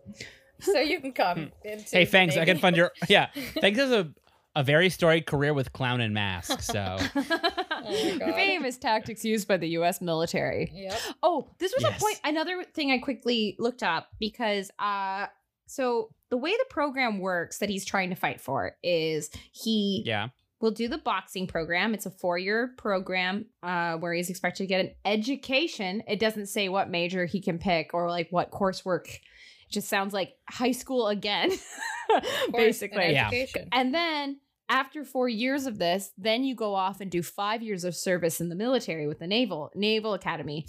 [SPEAKER 5] So you can come. into
[SPEAKER 6] Hmm. Hey, Fangs, I
[SPEAKER 5] maybe-
[SPEAKER 6] can fund your. Yeah, Fangs has a, a very storied career with clown and mask. So
[SPEAKER 5] Oh
[SPEAKER 2] Oh
[SPEAKER 5] God.
[SPEAKER 2] famous tactics used by the U.S. military.
[SPEAKER 5] Yep.
[SPEAKER 2] Oh, this was
[SPEAKER 6] Yes.
[SPEAKER 2] a point. Another thing I quickly looked up because uh so the way the program works that he's trying to fight for is he
[SPEAKER 6] yeah,
[SPEAKER 2] will do the boxing program. It's a four-year program uh where he's expected to get an education. It doesn't say what major he can pick or like what coursework. It just sounds like high school again,
[SPEAKER 5] Of course,
[SPEAKER 2] basically.
[SPEAKER 5] an
[SPEAKER 6] Yeah.
[SPEAKER 5] education.
[SPEAKER 2] And then after four years of this, then you go off and do five years of service in the military with the Naval Naval Academy.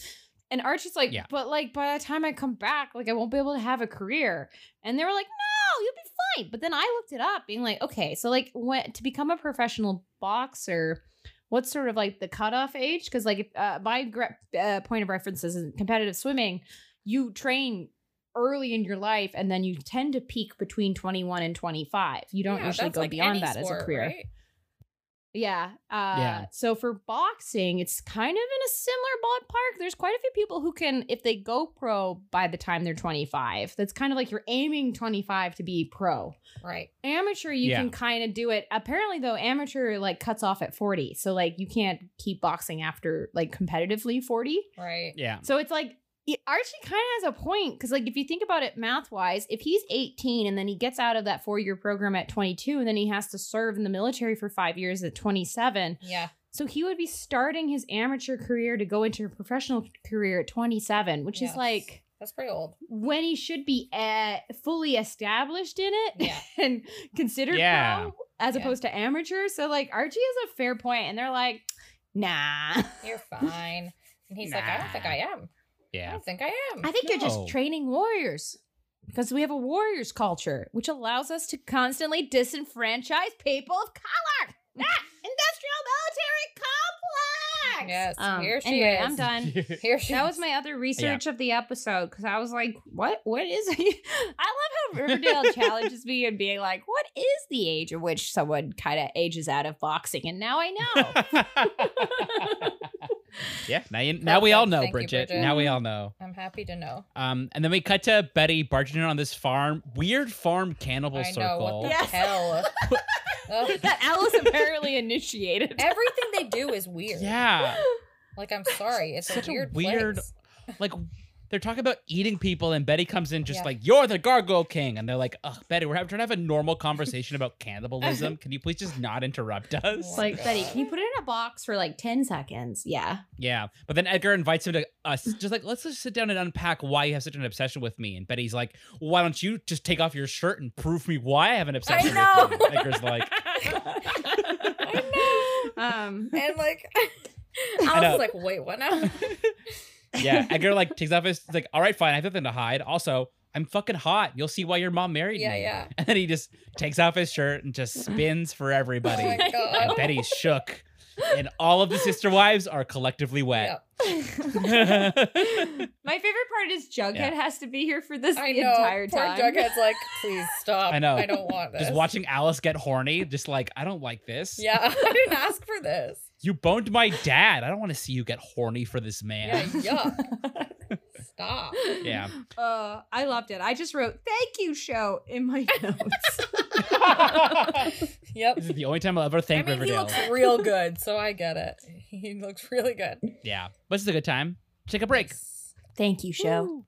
[SPEAKER 2] And Archie's like,
[SPEAKER 6] Yeah.
[SPEAKER 2] but like by the time I come back, like I won't be able to have a career. And they were like, no, you'll be fine. But then I looked it up, being like, okay, so like when, to become a professional boxer, what's sort of like the cutoff age? Because like if, uh, my gre- uh, point of reference is in competitive swimming, you train early in your life and then you tend to peak between 21 and 25 you don't
[SPEAKER 5] Yeah,
[SPEAKER 2] usually
[SPEAKER 5] that's
[SPEAKER 2] go
[SPEAKER 5] like any
[SPEAKER 2] beyond that as
[SPEAKER 5] sport,
[SPEAKER 2] a career
[SPEAKER 5] right?
[SPEAKER 2] yeah uh
[SPEAKER 6] Yeah.
[SPEAKER 2] so for boxing it's kind of in a similar ballpark there's quite a few people who can if they go pro by the time they're 25 that's kind of like you're aiming 25 to be pro
[SPEAKER 5] Right.
[SPEAKER 2] amateur you
[SPEAKER 6] Yeah.
[SPEAKER 2] can kind of do it apparently though amateur like cuts off at 40 so like you can't keep boxing after like competitively 40
[SPEAKER 5] Right.
[SPEAKER 6] yeah,
[SPEAKER 2] so it's like it- Archie kind of has a point because, like, if you think about it math wise, if he's 18 and then he gets out of that four year program at 22, and then he has to serve in the military for five years at 27,
[SPEAKER 5] Yeah.
[SPEAKER 2] so he would be starting his amateur career to go into a professional career at 27, which
[SPEAKER 5] Yes.
[SPEAKER 2] is like
[SPEAKER 5] That's pretty old.
[SPEAKER 2] when he should be uh, fully established in it
[SPEAKER 5] Yeah.
[SPEAKER 2] and considered
[SPEAKER 6] Yeah.
[SPEAKER 2] pro as
[SPEAKER 5] Yeah.
[SPEAKER 2] opposed to amateur. So, like, Archie has a fair point, and they're like, nah.
[SPEAKER 5] You're fine. And he's like, I don't think I am. I
[SPEAKER 6] yeah.
[SPEAKER 5] don't think I am.
[SPEAKER 2] I think you're
[SPEAKER 6] No.
[SPEAKER 2] just training warriors because we have a warriors culture, which allows us to constantly disenfranchise people of color. Ah, industrial military complex. Um,
[SPEAKER 5] Yes, here she
[SPEAKER 2] anyway,
[SPEAKER 5] is.
[SPEAKER 2] I'm done.
[SPEAKER 5] Here she
[SPEAKER 2] That was
[SPEAKER 5] is.
[SPEAKER 2] my other research of the episode because I was like, "What? What is?" I love how Riverdale challenges me and being like, "What is the age at which someone kind of ages out of boxing?" And now I know.
[SPEAKER 6] yeah, now you, now we all know,
[SPEAKER 5] Thank you,
[SPEAKER 6] Bridget.
[SPEAKER 5] Bridget.
[SPEAKER 6] Now we all know.
[SPEAKER 5] I'm happy to know.
[SPEAKER 6] Um, and then we cut to Betty barging in on this farm, weird farm cannibal
[SPEAKER 5] I know
[SPEAKER 6] circle.
[SPEAKER 5] what the
[SPEAKER 2] Yes.
[SPEAKER 5] hell. Ugh.
[SPEAKER 2] that Alice apparently initiated.
[SPEAKER 5] Everything they do is weird.
[SPEAKER 6] Yeah.
[SPEAKER 5] Like, I'm sorry. It's
[SPEAKER 6] Such
[SPEAKER 5] a
[SPEAKER 6] a
[SPEAKER 5] weird,
[SPEAKER 6] weird-
[SPEAKER 5] place.
[SPEAKER 6] like they're talking about eating people and betty comes in just
[SPEAKER 5] Yeah.
[SPEAKER 6] like you're the gargoyle king and they're like ugh betty we're having, trying to have a normal conversation about cannibalism can you please just not interrupt us
[SPEAKER 3] It's like Betty, can you put it in a box for like ten seconds? Yeah.
[SPEAKER 6] yeah but then edgar invites him to us just like let's just sit down and unpack why you have such an obsession with me and betty's like why don't you just take off your shirt and prove me why i have an obsession
[SPEAKER 5] know.
[SPEAKER 6] with you edgar's like
[SPEAKER 3] Um,
[SPEAKER 5] And like,
[SPEAKER 6] I
[SPEAKER 5] I
[SPEAKER 6] know.
[SPEAKER 5] was like, wait, what now?
[SPEAKER 6] yeah edgar like takes off his he's like all right fine i have nothing to hide also i'm fucking hot you'll see why your mom married
[SPEAKER 5] Yeah,
[SPEAKER 6] me
[SPEAKER 5] yeah.
[SPEAKER 6] and then he just takes off his shirt and just spins for everybody
[SPEAKER 5] Oh my
[SPEAKER 6] and
[SPEAKER 5] god.
[SPEAKER 6] Betty's shook, and all of the sister wives are collectively wet.
[SPEAKER 3] my favorite part is Jughead
[SPEAKER 6] Yeah.
[SPEAKER 3] has to be here for this
[SPEAKER 5] I
[SPEAKER 3] the
[SPEAKER 5] know.
[SPEAKER 3] entire
[SPEAKER 5] Poor
[SPEAKER 3] time.
[SPEAKER 5] Jughead's like, please stop.
[SPEAKER 6] I know.
[SPEAKER 5] I don't want this.
[SPEAKER 6] just watching Alice get horny, just like I don't like this.
[SPEAKER 5] Yeah, I didn't ask for this.
[SPEAKER 6] you boned my dad. I don't want to see you get horny for this man.
[SPEAKER 5] Yeah, yuck. Stop.
[SPEAKER 6] Yeah.
[SPEAKER 4] Uh, I loved it. I just wrote "Thank you, show" in my notes.
[SPEAKER 5] Yep.
[SPEAKER 6] this is the only time I'll ever
[SPEAKER 5] I
[SPEAKER 6] thank
[SPEAKER 5] mean, he
[SPEAKER 6] Riverdale.
[SPEAKER 5] looks real good, so I get it. He looks really good.
[SPEAKER 6] yeah, but this is a good time. to Take a break.
[SPEAKER 3] Thank you, show.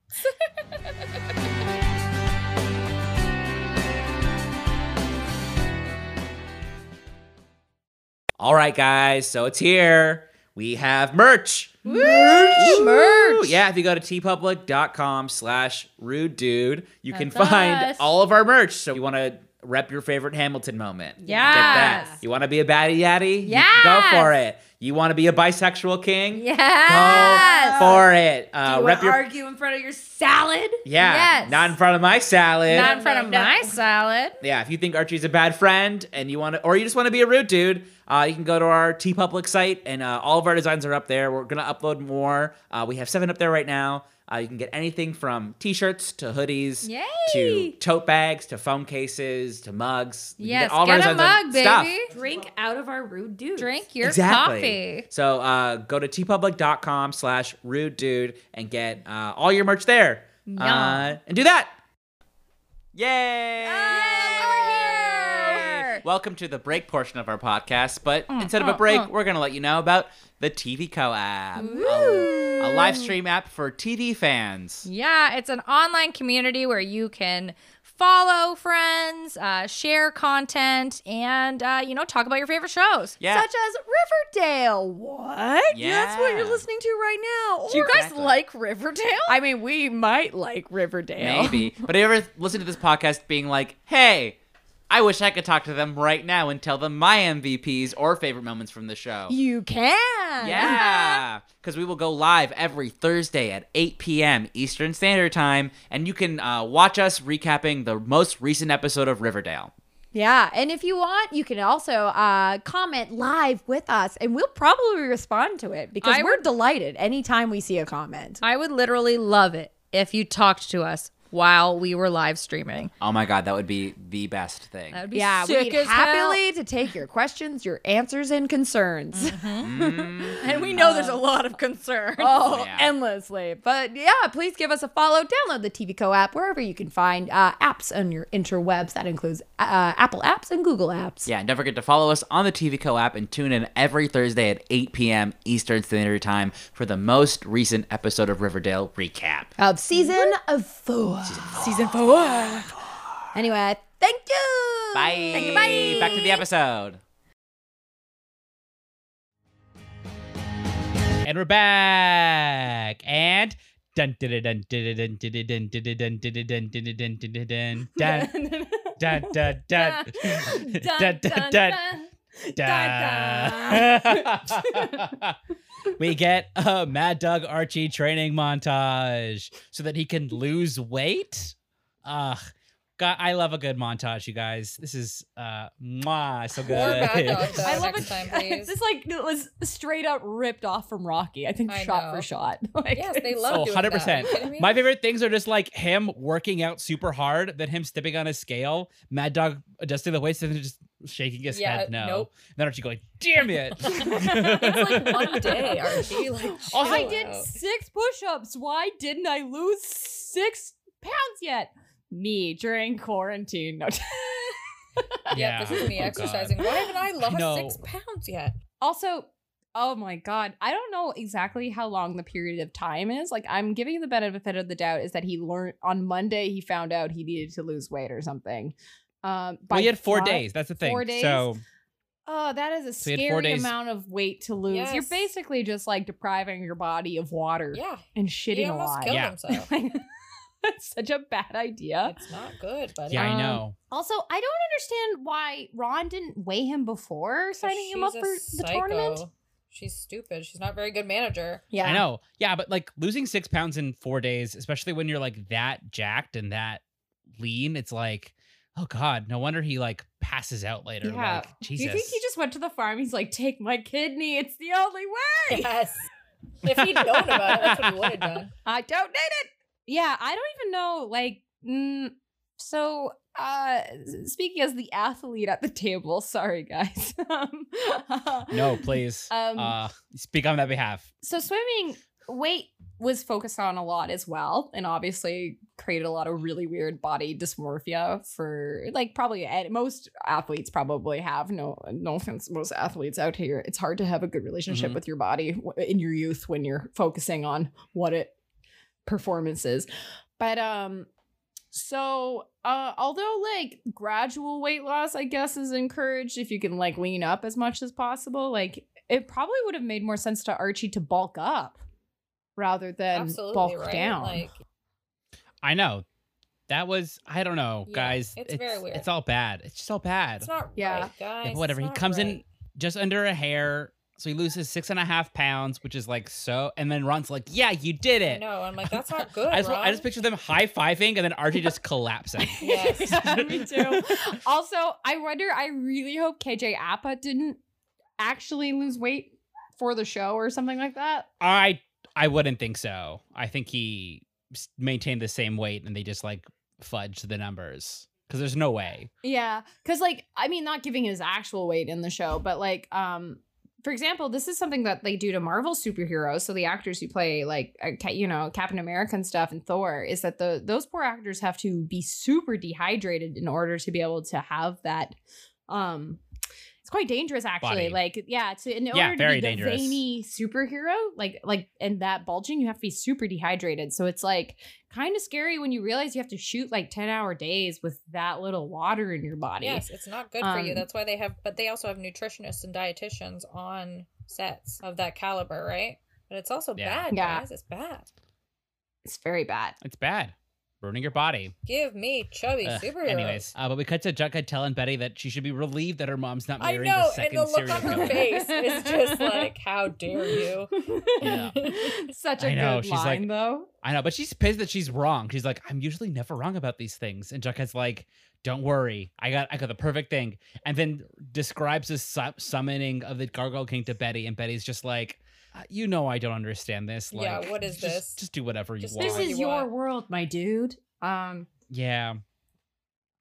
[SPEAKER 1] All right, guys. So it's here. We have merch. Merch.
[SPEAKER 3] Merch.
[SPEAKER 1] Yeah, if you go to tpublic.com slash rude dude, you can
[SPEAKER 2] That's
[SPEAKER 1] find
[SPEAKER 2] us.
[SPEAKER 1] all of our merch. So if you want to rep your favorite Hamilton moment. Get that.
[SPEAKER 2] Yes.
[SPEAKER 1] You want to be a baddie yaddy? You
[SPEAKER 2] Yes.
[SPEAKER 1] Go for it. You want to be a bisexual king?
[SPEAKER 2] Yes.
[SPEAKER 1] Go for it. Uh,
[SPEAKER 2] you
[SPEAKER 1] rep your
[SPEAKER 2] argue in front of your salad?
[SPEAKER 1] yeah.
[SPEAKER 2] Yes.
[SPEAKER 1] Not in front of my salad.
[SPEAKER 2] Not in front of my salad.
[SPEAKER 1] yeah, if you think Archie's a bad friend and you want to, or you just want to be a rude dude, uh, you can go to our T Public site and uh, all of our designs are up there. We're gonna upload more. Uh, we have seven up there right now. Uh, you can get anything from T-shirts to hoodies
[SPEAKER 2] Yay.
[SPEAKER 1] to tote bags to phone cases to mugs. You can
[SPEAKER 2] Yes,
[SPEAKER 1] all of our
[SPEAKER 2] get a
[SPEAKER 1] designs on
[SPEAKER 2] mug,
[SPEAKER 1] stuff.
[SPEAKER 2] baby.
[SPEAKER 7] Drink out of our rude dude.
[SPEAKER 2] Drink your coffee.
[SPEAKER 1] So uh, go to tpublic.com slash rude dude and get uh, all your merch there. Uh,
[SPEAKER 2] Yeah.
[SPEAKER 1] and do that. Yay!
[SPEAKER 2] Oh, we're here! Mm,
[SPEAKER 1] Welcome to the break portion of our podcast, but instead of a break, we're going to let you know about the TV Co app, a, a live stream app for TV fans.
[SPEAKER 2] Yeah, it's an online community where you can follow friends, uh, share content, and uh, you know talk about your favorite shows.
[SPEAKER 1] Yeah.
[SPEAKER 2] such as Riverdale. What?
[SPEAKER 1] Yeah.
[SPEAKER 2] That's what you're listening to right now.
[SPEAKER 1] Do you
[SPEAKER 2] Or-
[SPEAKER 1] guys Exactly. like
[SPEAKER 2] Riverdale?
[SPEAKER 7] I mean, we might like Riverdale.
[SPEAKER 1] Maybe. But have you ever listened to this podcast being like, hey, I wish I could talk to them right now and tell them my MVPs or favorite moments from the show.
[SPEAKER 2] You can.
[SPEAKER 1] Yeah, because we will go live every Thursday at 8 p.m. Eastern Standard Time, and you can uh, watch us recapping the most recent episode of Riverdale.
[SPEAKER 2] Yeah, and if you want, you can also uh, comment live with us, and we'll probably respond to it
[SPEAKER 7] Because
[SPEAKER 2] I
[SPEAKER 7] we're
[SPEAKER 2] would-
[SPEAKER 7] delighted anytime we see a comment.
[SPEAKER 2] I would literally love it if you talked to us while we were live streaming.
[SPEAKER 1] Oh my God, that would be the best thing.
[SPEAKER 2] That would be
[SPEAKER 7] Yeah,
[SPEAKER 2] sick
[SPEAKER 7] we'd
[SPEAKER 2] as hell. Mm-hmm.
[SPEAKER 7] happily to take your questions, your answers, and concerns.
[SPEAKER 2] And we know
[SPEAKER 5] Um,
[SPEAKER 2] there's a lot of concern.
[SPEAKER 7] Oh,
[SPEAKER 1] Yeah.
[SPEAKER 7] endlessly. But yeah, please give us a follow. Download the TV Co app wherever you can find uh, apps on your interwebs. That includes uh, Apple apps and Google apps.
[SPEAKER 1] Yeah, and don't forget to follow us on the TV Co app and tune in every Thursday at 8 p.m. Eastern Standard Time for the most recent episode of Riverdale recap.
[SPEAKER 7] Of season of four. Season four. Anyway, thank you.
[SPEAKER 1] Bye.
[SPEAKER 7] Thank you. Bye.
[SPEAKER 1] Back to the episode.
[SPEAKER 6] And we're back. And dun dun dun dun dun dun dun dun dun dun dun dun dun dun dun dun dun dun dun dun dun dun Da. we get a Mad Dog Archie training montage so that he can lose weight. Ugh. God, I love a good montage, you guys. This is uh mwah, so good.
[SPEAKER 5] More bad dog though
[SPEAKER 3] I love
[SPEAKER 5] next
[SPEAKER 3] it.
[SPEAKER 5] time, please.
[SPEAKER 3] this like it was straight up ripped off from Rocky. I think
[SPEAKER 5] I
[SPEAKER 3] shot
[SPEAKER 5] know.
[SPEAKER 3] for shot. Like,
[SPEAKER 5] Yes, they
[SPEAKER 3] it's-
[SPEAKER 5] love
[SPEAKER 6] Oh,
[SPEAKER 5] doing
[SPEAKER 6] 100%.
[SPEAKER 5] that. Are you kidding me?
[SPEAKER 6] My favorite things are just like him working out super hard, then him stepping on a scale, Mad Dog adjusting the weights, and then just shaking his
[SPEAKER 5] Yeah,
[SPEAKER 6] head. No.
[SPEAKER 5] nope.
[SPEAKER 6] Then Archie going, damn it.
[SPEAKER 5] It's like one day, Archie. Like,
[SPEAKER 6] Also-
[SPEAKER 3] I
[SPEAKER 5] chill
[SPEAKER 3] did
[SPEAKER 5] out.
[SPEAKER 3] six push-ups. Why didn't I lose six pounds yet? Me during quarantine. No.
[SPEAKER 5] Yeah, this is me
[SPEAKER 6] Oh, God.
[SPEAKER 5] exercising. Why haven't I lost
[SPEAKER 6] know.
[SPEAKER 5] six pounds yet?
[SPEAKER 3] also, Oh my god. I don't know exactly how long the period of time is. Like I'm giving the benefit of the doubt is that he learned on Monday he found out he needed to lose weight or something. Um
[SPEAKER 6] Well,
[SPEAKER 3] by
[SPEAKER 6] he had four
[SPEAKER 3] far-
[SPEAKER 6] days. That's the thing.
[SPEAKER 3] four days?
[SPEAKER 6] So
[SPEAKER 3] Oh, that is a
[SPEAKER 6] So he had four
[SPEAKER 3] scary
[SPEAKER 6] days.
[SPEAKER 3] amount of weight to lose. You're
[SPEAKER 5] Yes.
[SPEAKER 3] basically just like depriving your body of water
[SPEAKER 5] Yeah.
[SPEAKER 3] and
[SPEAKER 5] he
[SPEAKER 3] shitting a
[SPEAKER 5] almost
[SPEAKER 3] lot.
[SPEAKER 5] killed
[SPEAKER 6] Yeah.
[SPEAKER 5] himself.
[SPEAKER 3] That's such a bad idea.
[SPEAKER 5] It's not good, buddy.
[SPEAKER 6] yeah, I
[SPEAKER 3] Um,
[SPEAKER 6] know.
[SPEAKER 3] Also, I don't understand why Ron didn't weigh him before signing him up
[SPEAKER 5] She's
[SPEAKER 3] for
[SPEAKER 5] a
[SPEAKER 3] the tournament.
[SPEAKER 5] psycho. She's stupid. She's not a very good manager.
[SPEAKER 7] Yeah.
[SPEAKER 6] I know. Yeah, but like losing six pounds in four days, especially when you're like that jacked and that lean, it's like, oh god, no wonder he like passes out later.
[SPEAKER 3] Yeah.
[SPEAKER 6] Like, Jesus.
[SPEAKER 3] Do you think he just went to the farm? He's like, take my kidney. It's the only way.
[SPEAKER 5] Yes. if he'd known about it, that's what he would have done.
[SPEAKER 3] I don't need it. Yeah, I don't even know. Like, mm, so uh s- speaking as the athlete at the table, sorry guys. um,
[SPEAKER 6] no, please.
[SPEAKER 3] Um,
[SPEAKER 6] uh, speak on that behalf.
[SPEAKER 3] so swimming weight was focused on a lot as well and obviously created a lot of really weird body dysmorphia for like probably at most athletes probably have no no offense most athletes out here it's hard to have a good relationship
[SPEAKER 6] Mhm.
[SPEAKER 3] with your body w- in your youth when you're focusing on what it performance is but um so uh although like gradual weight loss i guess is encouraged if you can like lean up as much as possible like it probably would have made more sense to archie to bulk up rather than
[SPEAKER 5] Absolutely
[SPEAKER 3] bulk
[SPEAKER 5] right.
[SPEAKER 3] down
[SPEAKER 5] Like,
[SPEAKER 6] I know. That was I don't know,
[SPEAKER 5] Yeah,
[SPEAKER 6] guys.
[SPEAKER 5] it's very weird.
[SPEAKER 6] It's all bad. It's just all bad.
[SPEAKER 5] it's not
[SPEAKER 3] Yeah.
[SPEAKER 5] right, guys.
[SPEAKER 6] Yeah, but whatever.
[SPEAKER 5] It's
[SPEAKER 6] He
[SPEAKER 5] not
[SPEAKER 6] comes in
[SPEAKER 5] right.
[SPEAKER 6] just under a hair. So he loses six and a half pounds, which is like so. And then Ron's like, "Yeah, you did
[SPEAKER 5] I
[SPEAKER 6] it."
[SPEAKER 5] know. I'm like, that's not good.
[SPEAKER 6] I just,
[SPEAKER 5] Ron.
[SPEAKER 6] I just picture them high fiving, and then Archie just collapsing.
[SPEAKER 5] Yes.
[SPEAKER 3] Yeah, me too. also, I wonder, I really hope KJ Appa didn't actually lose weight for the show or something like that.
[SPEAKER 6] I I wouldn't think so. I think he s- maintained the same weight, and they just like fudged the numbers because there's no way.
[SPEAKER 3] Yeah, because like I mean, not giving his actual weight in the show, but like, um, for example, this is something that they do to Marvel superheroes. So the actors who play like uh, Ca- you know Captain America and stuff and Thor is that the those poor actors have to be super dehydrated in order to be able to have that. Um, it's quite dangerous actually.
[SPEAKER 6] Body.
[SPEAKER 3] Like yeah, to in order to
[SPEAKER 6] very
[SPEAKER 3] be the
[SPEAKER 6] dangerous.
[SPEAKER 3] zany superhero, like like and that bulging, you have to be super dehydrated. So it's like kind of scary when you realize you have to shoot like 10 hour days with that little water in your body.
[SPEAKER 5] Yes, it's not good for you.
[SPEAKER 3] Um,
[SPEAKER 5] That's why they have, but they also have nutritionists and dietitians on sets of that caliber, right? But it's also
[SPEAKER 6] Yeah.
[SPEAKER 5] bad,
[SPEAKER 3] Yeah.
[SPEAKER 5] guys. It's bad.
[SPEAKER 3] It's very bad.
[SPEAKER 6] It's bad, ruining your body.
[SPEAKER 5] Give me chubby
[SPEAKER 6] Ugh,
[SPEAKER 5] superheroes.
[SPEAKER 6] anyways, uh, but we cut to Jughead telling Betty that she should be relieved that her mom's not
[SPEAKER 5] I
[SPEAKER 6] marrying
[SPEAKER 5] know,
[SPEAKER 6] the
[SPEAKER 5] and
[SPEAKER 6] second
[SPEAKER 5] the look
[SPEAKER 6] serial
[SPEAKER 5] on her
[SPEAKER 6] killer.
[SPEAKER 5] face is just like, "How dare you!"
[SPEAKER 6] Yeah.
[SPEAKER 3] Such a
[SPEAKER 6] I know,
[SPEAKER 3] good
[SPEAKER 6] she's like-
[SPEAKER 3] line though.
[SPEAKER 6] I know, but she's pissed that she's wrong. She's like, I'm usually never wrong about these things. And Jughead's like, don't worry, I got I got the perfect thing. And then describes the su- summoning of the Gargoyle King to Betty, and Betty's just like, "Uh, you know, I don't understand this. Like,
[SPEAKER 5] Yeah, what is
[SPEAKER 6] just-
[SPEAKER 5] this?
[SPEAKER 6] Just do whatever
[SPEAKER 5] Just
[SPEAKER 6] you
[SPEAKER 5] do
[SPEAKER 6] want.
[SPEAKER 3] This is
[SPEAKER 5] you
[SPEAKER 3] your
[SPEAKER 5] want.
[SPEAKER 3] world, my dude. Um
[SPEAKER 6] yeah.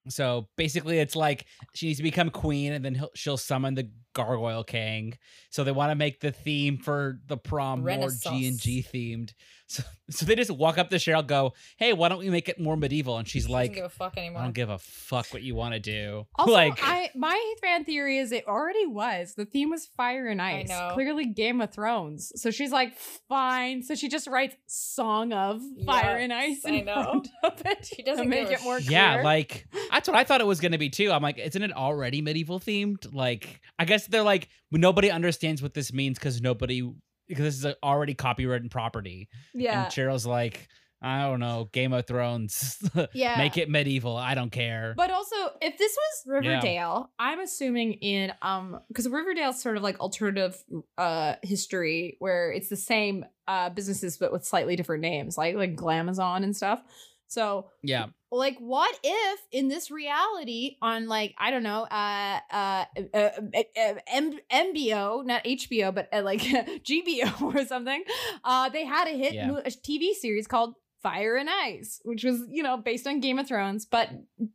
[SPEAKER 6] So basically, it's like she needs to become queen, and then he'll, she'll summon the Gargoyle King. So they want to make the theme for the prom more
[SPEAKER 5] Renaissance.
[SPEAKER 6] G and G themed. So, so they just walk up to Cheryl, go, "Hey, why don't we make it more medieval?" And she's
[SPEAKER 5] She
[SPEAKER 6] like,
[SPEAKER 5] doesn't give a fuck anymore.
[SPEAKER 6] I don't give a fuck what you want to do.
[SPEAKER 3] also
[SPEAKER 6] like,
[SPEAKER 3] I my fan theory is it already was. The theme was fire and ice.
[SPEAKER 5] know.
[SPEAKER 3] Clearly Game of Thrones. So she's like, fine. So she just writes song of fire
[SPEAKER 5] Yeah,
[SPEAKER 3] and ice
[SPEAKER 5] I
[SPEAKER 3] in
[SPEAKER 5] know.
[SPEAKER 3] front of it.
[SPEAKER 5] She
[SPEAKER 3] to
[SPEAKER 5] doesn't
[SPEAKER 3] make
[SPEAKER 5] give a
[SPEAKER 3] it more
[SPEAKER 5] shit.
[SPEAKER 6] yeah,
[SPEAKER 3] clear.
[SPEAKER 6] like that's what I thought it was going to be too. I'm like, isn't it already medieval themed? Like, I guess they're like, nobody understands what this means because nobody, because this is a already copyrighted property.
[SPEAKER 3] yeah.
[SPEAKER 6] And Cheryl's like, I don't know, Game of Thrones,
[SPEAKER 3] yeah.
[SPEAKER 6] make it medieval. I don't care.
[SPEAKER 3] But also, if this was Riverdale, I'm assuming in um because Riverdale's sort of like alternative uh history where it's the same uh businesses but with slightly different names, like like Glamazon and stuff. So
[SPEAKER 6] yeah,
[SPEAKER 3] like what if in this reality on like i don't know uh uh, uh, uh, uh M- mbo not hbo but uh, like gbo or something uh they had a hit
[SPEAKER 6] Yeah.
[SPEAKER 3] mo- a tv series called fire and ice which was you know based on game of thrones but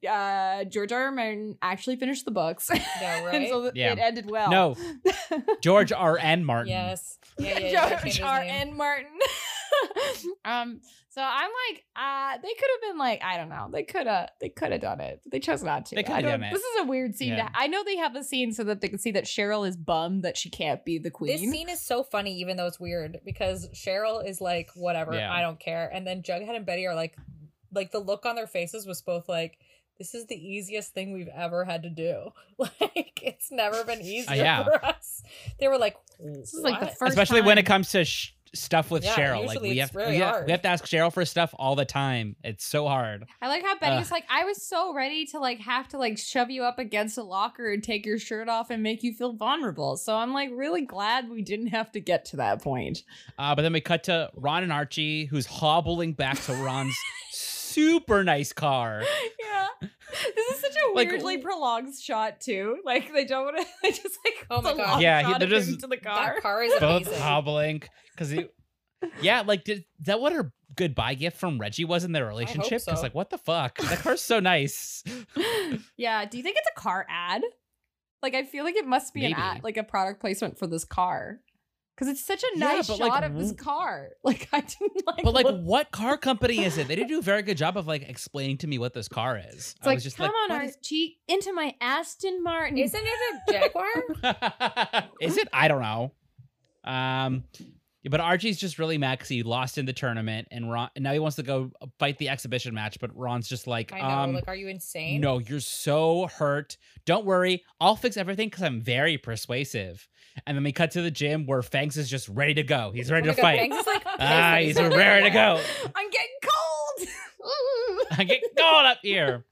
[SPEAKER 3] uh george r r martin actually finished the books
[SPEAKER 5] Yeah,
[SPEAKER 3] and
[SPEAKER 5] right.
[SPEAKER 3] so th-
[SPEAKER 6] Yeah.
[SPEAKER 3] it ended well
[SPEAKER 6] no, George R. N. Martin.
[SPEAKER 5] yes. Yeah, yeah, you gotta change
[SPEAKER 3] george
[SPEAKER 5] his
[SPEAKER 3] r
[SPEAKER 5] name.
[SPEAKER 3] n martin um, so I'm like, uh, they could have been like, I don't know, they could have, they could have done it, but they chose not to.
[SPEAKER 6] They coulda
[SPEAKER 3] I don't-
[SPEAKER 6] done it.
[SPEAKER 3] This is a weird scene.
[SPEAKER 6] Yeah.
[SPEAKER 3] To, I know they have a scene so that they can see that Cheryl is bummed that she can't be the queen.
[SPEAKER 5] This scene is so funny, even though it's weird, because Cheryl is like, whatever,
[SPEAKER 6] Yeah.
[SPEAKER 5] I don't care. And then Jughead and Betty are like, like the look on their faces was both like, this is the easiest thing we've ever had to do. Like, it's never been easier
[SPEAKER 6] Uh, yeah.
[SPEAKER 5] for us. They were like,
[SPEAKER 3] This is like the
[SPEAKER 5] "What?"
[SPEAKER 3] first,
[SPEAKER 6] Especially when it
[SPEAKER 3] time-
[SPEAKER 6] comes to sh- stuff with
[SPEAKER 5] Yeah,
[SPEAKER 6] Cheryl. Like
[SPEAKER 5] usually
[SPEAKER 6] we have,
[SPEAKER 5] it's really
[SPEAKER 6] we, have,
[SPEAKER 5] hard.
[SPEAKER 6] we have to ask Cheryl for stuff all the time. It's so hard.
[SPEAKER 3] I like how Betty's
[SPEAKER 6] Ugh.
[SPEAKER 3] like, I was so ready to like have to like shove you up against a locker and take your shirt off and make you feel vulnerable. So I'm like really glad we didn't have to get to that point.
[SPEAKER 6] Uh, but then we cut to Ron and Archie, who's hobbling back to Ron's super nice car.
[SPEAKER 3] yeah. This is such a
[SPEAKER 6] Like-
[SPEAKER 3] weirdly prolonged shot too. Like they don't want to. They just like
[SPEAKER 5] Oh my
[SPEAKER 3] the
[SPEAKER 5] God.
[SPEAKER 3] long
[SPEAKER 6] Yeah, he-
[SPEAKER 3] shot
[SPEAKER 6] they're
[SPEAKER 3] of him
[SPEAKER 6] just-
[SPEAKER 3] to the car.
[SPEAKER 5] that car is
[SPEAKER 6] Both
[SPEAKER 5] amazing.
[SPEAKER 6] hobbling because he, yeah, like did that what her goodbye gift from Reggie was in their
[SPEAKER 5] hope
[SPEAKER 6] relationship? Because
[SPEAKER 5] so.
[SPEAKER 6] like what the fuck, that car's so nice.
[SPEAKER 3] yeah. Do you think it's a car ad? Like I feel like it must be an
[SPEAKER 6] Maybe.
[SPEAKER 3] ad, like a product placement for this car. Because it's such a
[SPEAKER 6] Yeah,
[SPEAKER 3] nice
[SPEAKER 6] but,
[SPEAKER 3] shot
[SPEAKER 6] like,
[SPEAKER 3] of this
[SPEAKER 6] w-
[SPEAKER 3] car. Like I didn't like.
[SPEAKER 6] But like,
[SPEAKER 3] look-
[SPEAKER 6] what car company is it? They didn't do a very good job of like explaining to me what this car is.
[SPEAKER 3] it's like,
[SPEAKER 6] was just
[SPEAKER 3] come on,
[SPEAKER 6] what
[SPEAKER 3] Archie, into my Aston Martin.
[SPEAKER 5] Isn't it a Jaguar?
[SPEAKER 6] is it? I don't know. Um, yeah, but Archie's just really mad because he lost in the tournament, and Ron and now he wants to go fight the exhibition match. But Ron's just like,
[SPEAKER 5] I know.
[SPEAKER 6] um,
[SPEAKER 5] like, are you insane?
[SPEAKER 6] no, you're so hurt. Don't worry, I'll fix everything because I'm very persuasive. And then we cut to the gym where Fangs is just ready to go. He's ready
[SPEAKER 5] Oh my
[SPEAKER 6] to
[SPEAKER 5] God,
[SPEAKER 6] fight.
[SPEAKER 5] Banks is like,
[SPEAKER 6] Ah,
[SPEAKER 5] pissed
[SPEAKER 6] he's
[SPEAKER 5] that
[SPEAKER 6] ready to
[SPEAKER 5] there.
[SPEAKER 6] go.
[SPEAKER 3] I'm getting cold. Ooh.
[SPEAKER 6] I get going up here.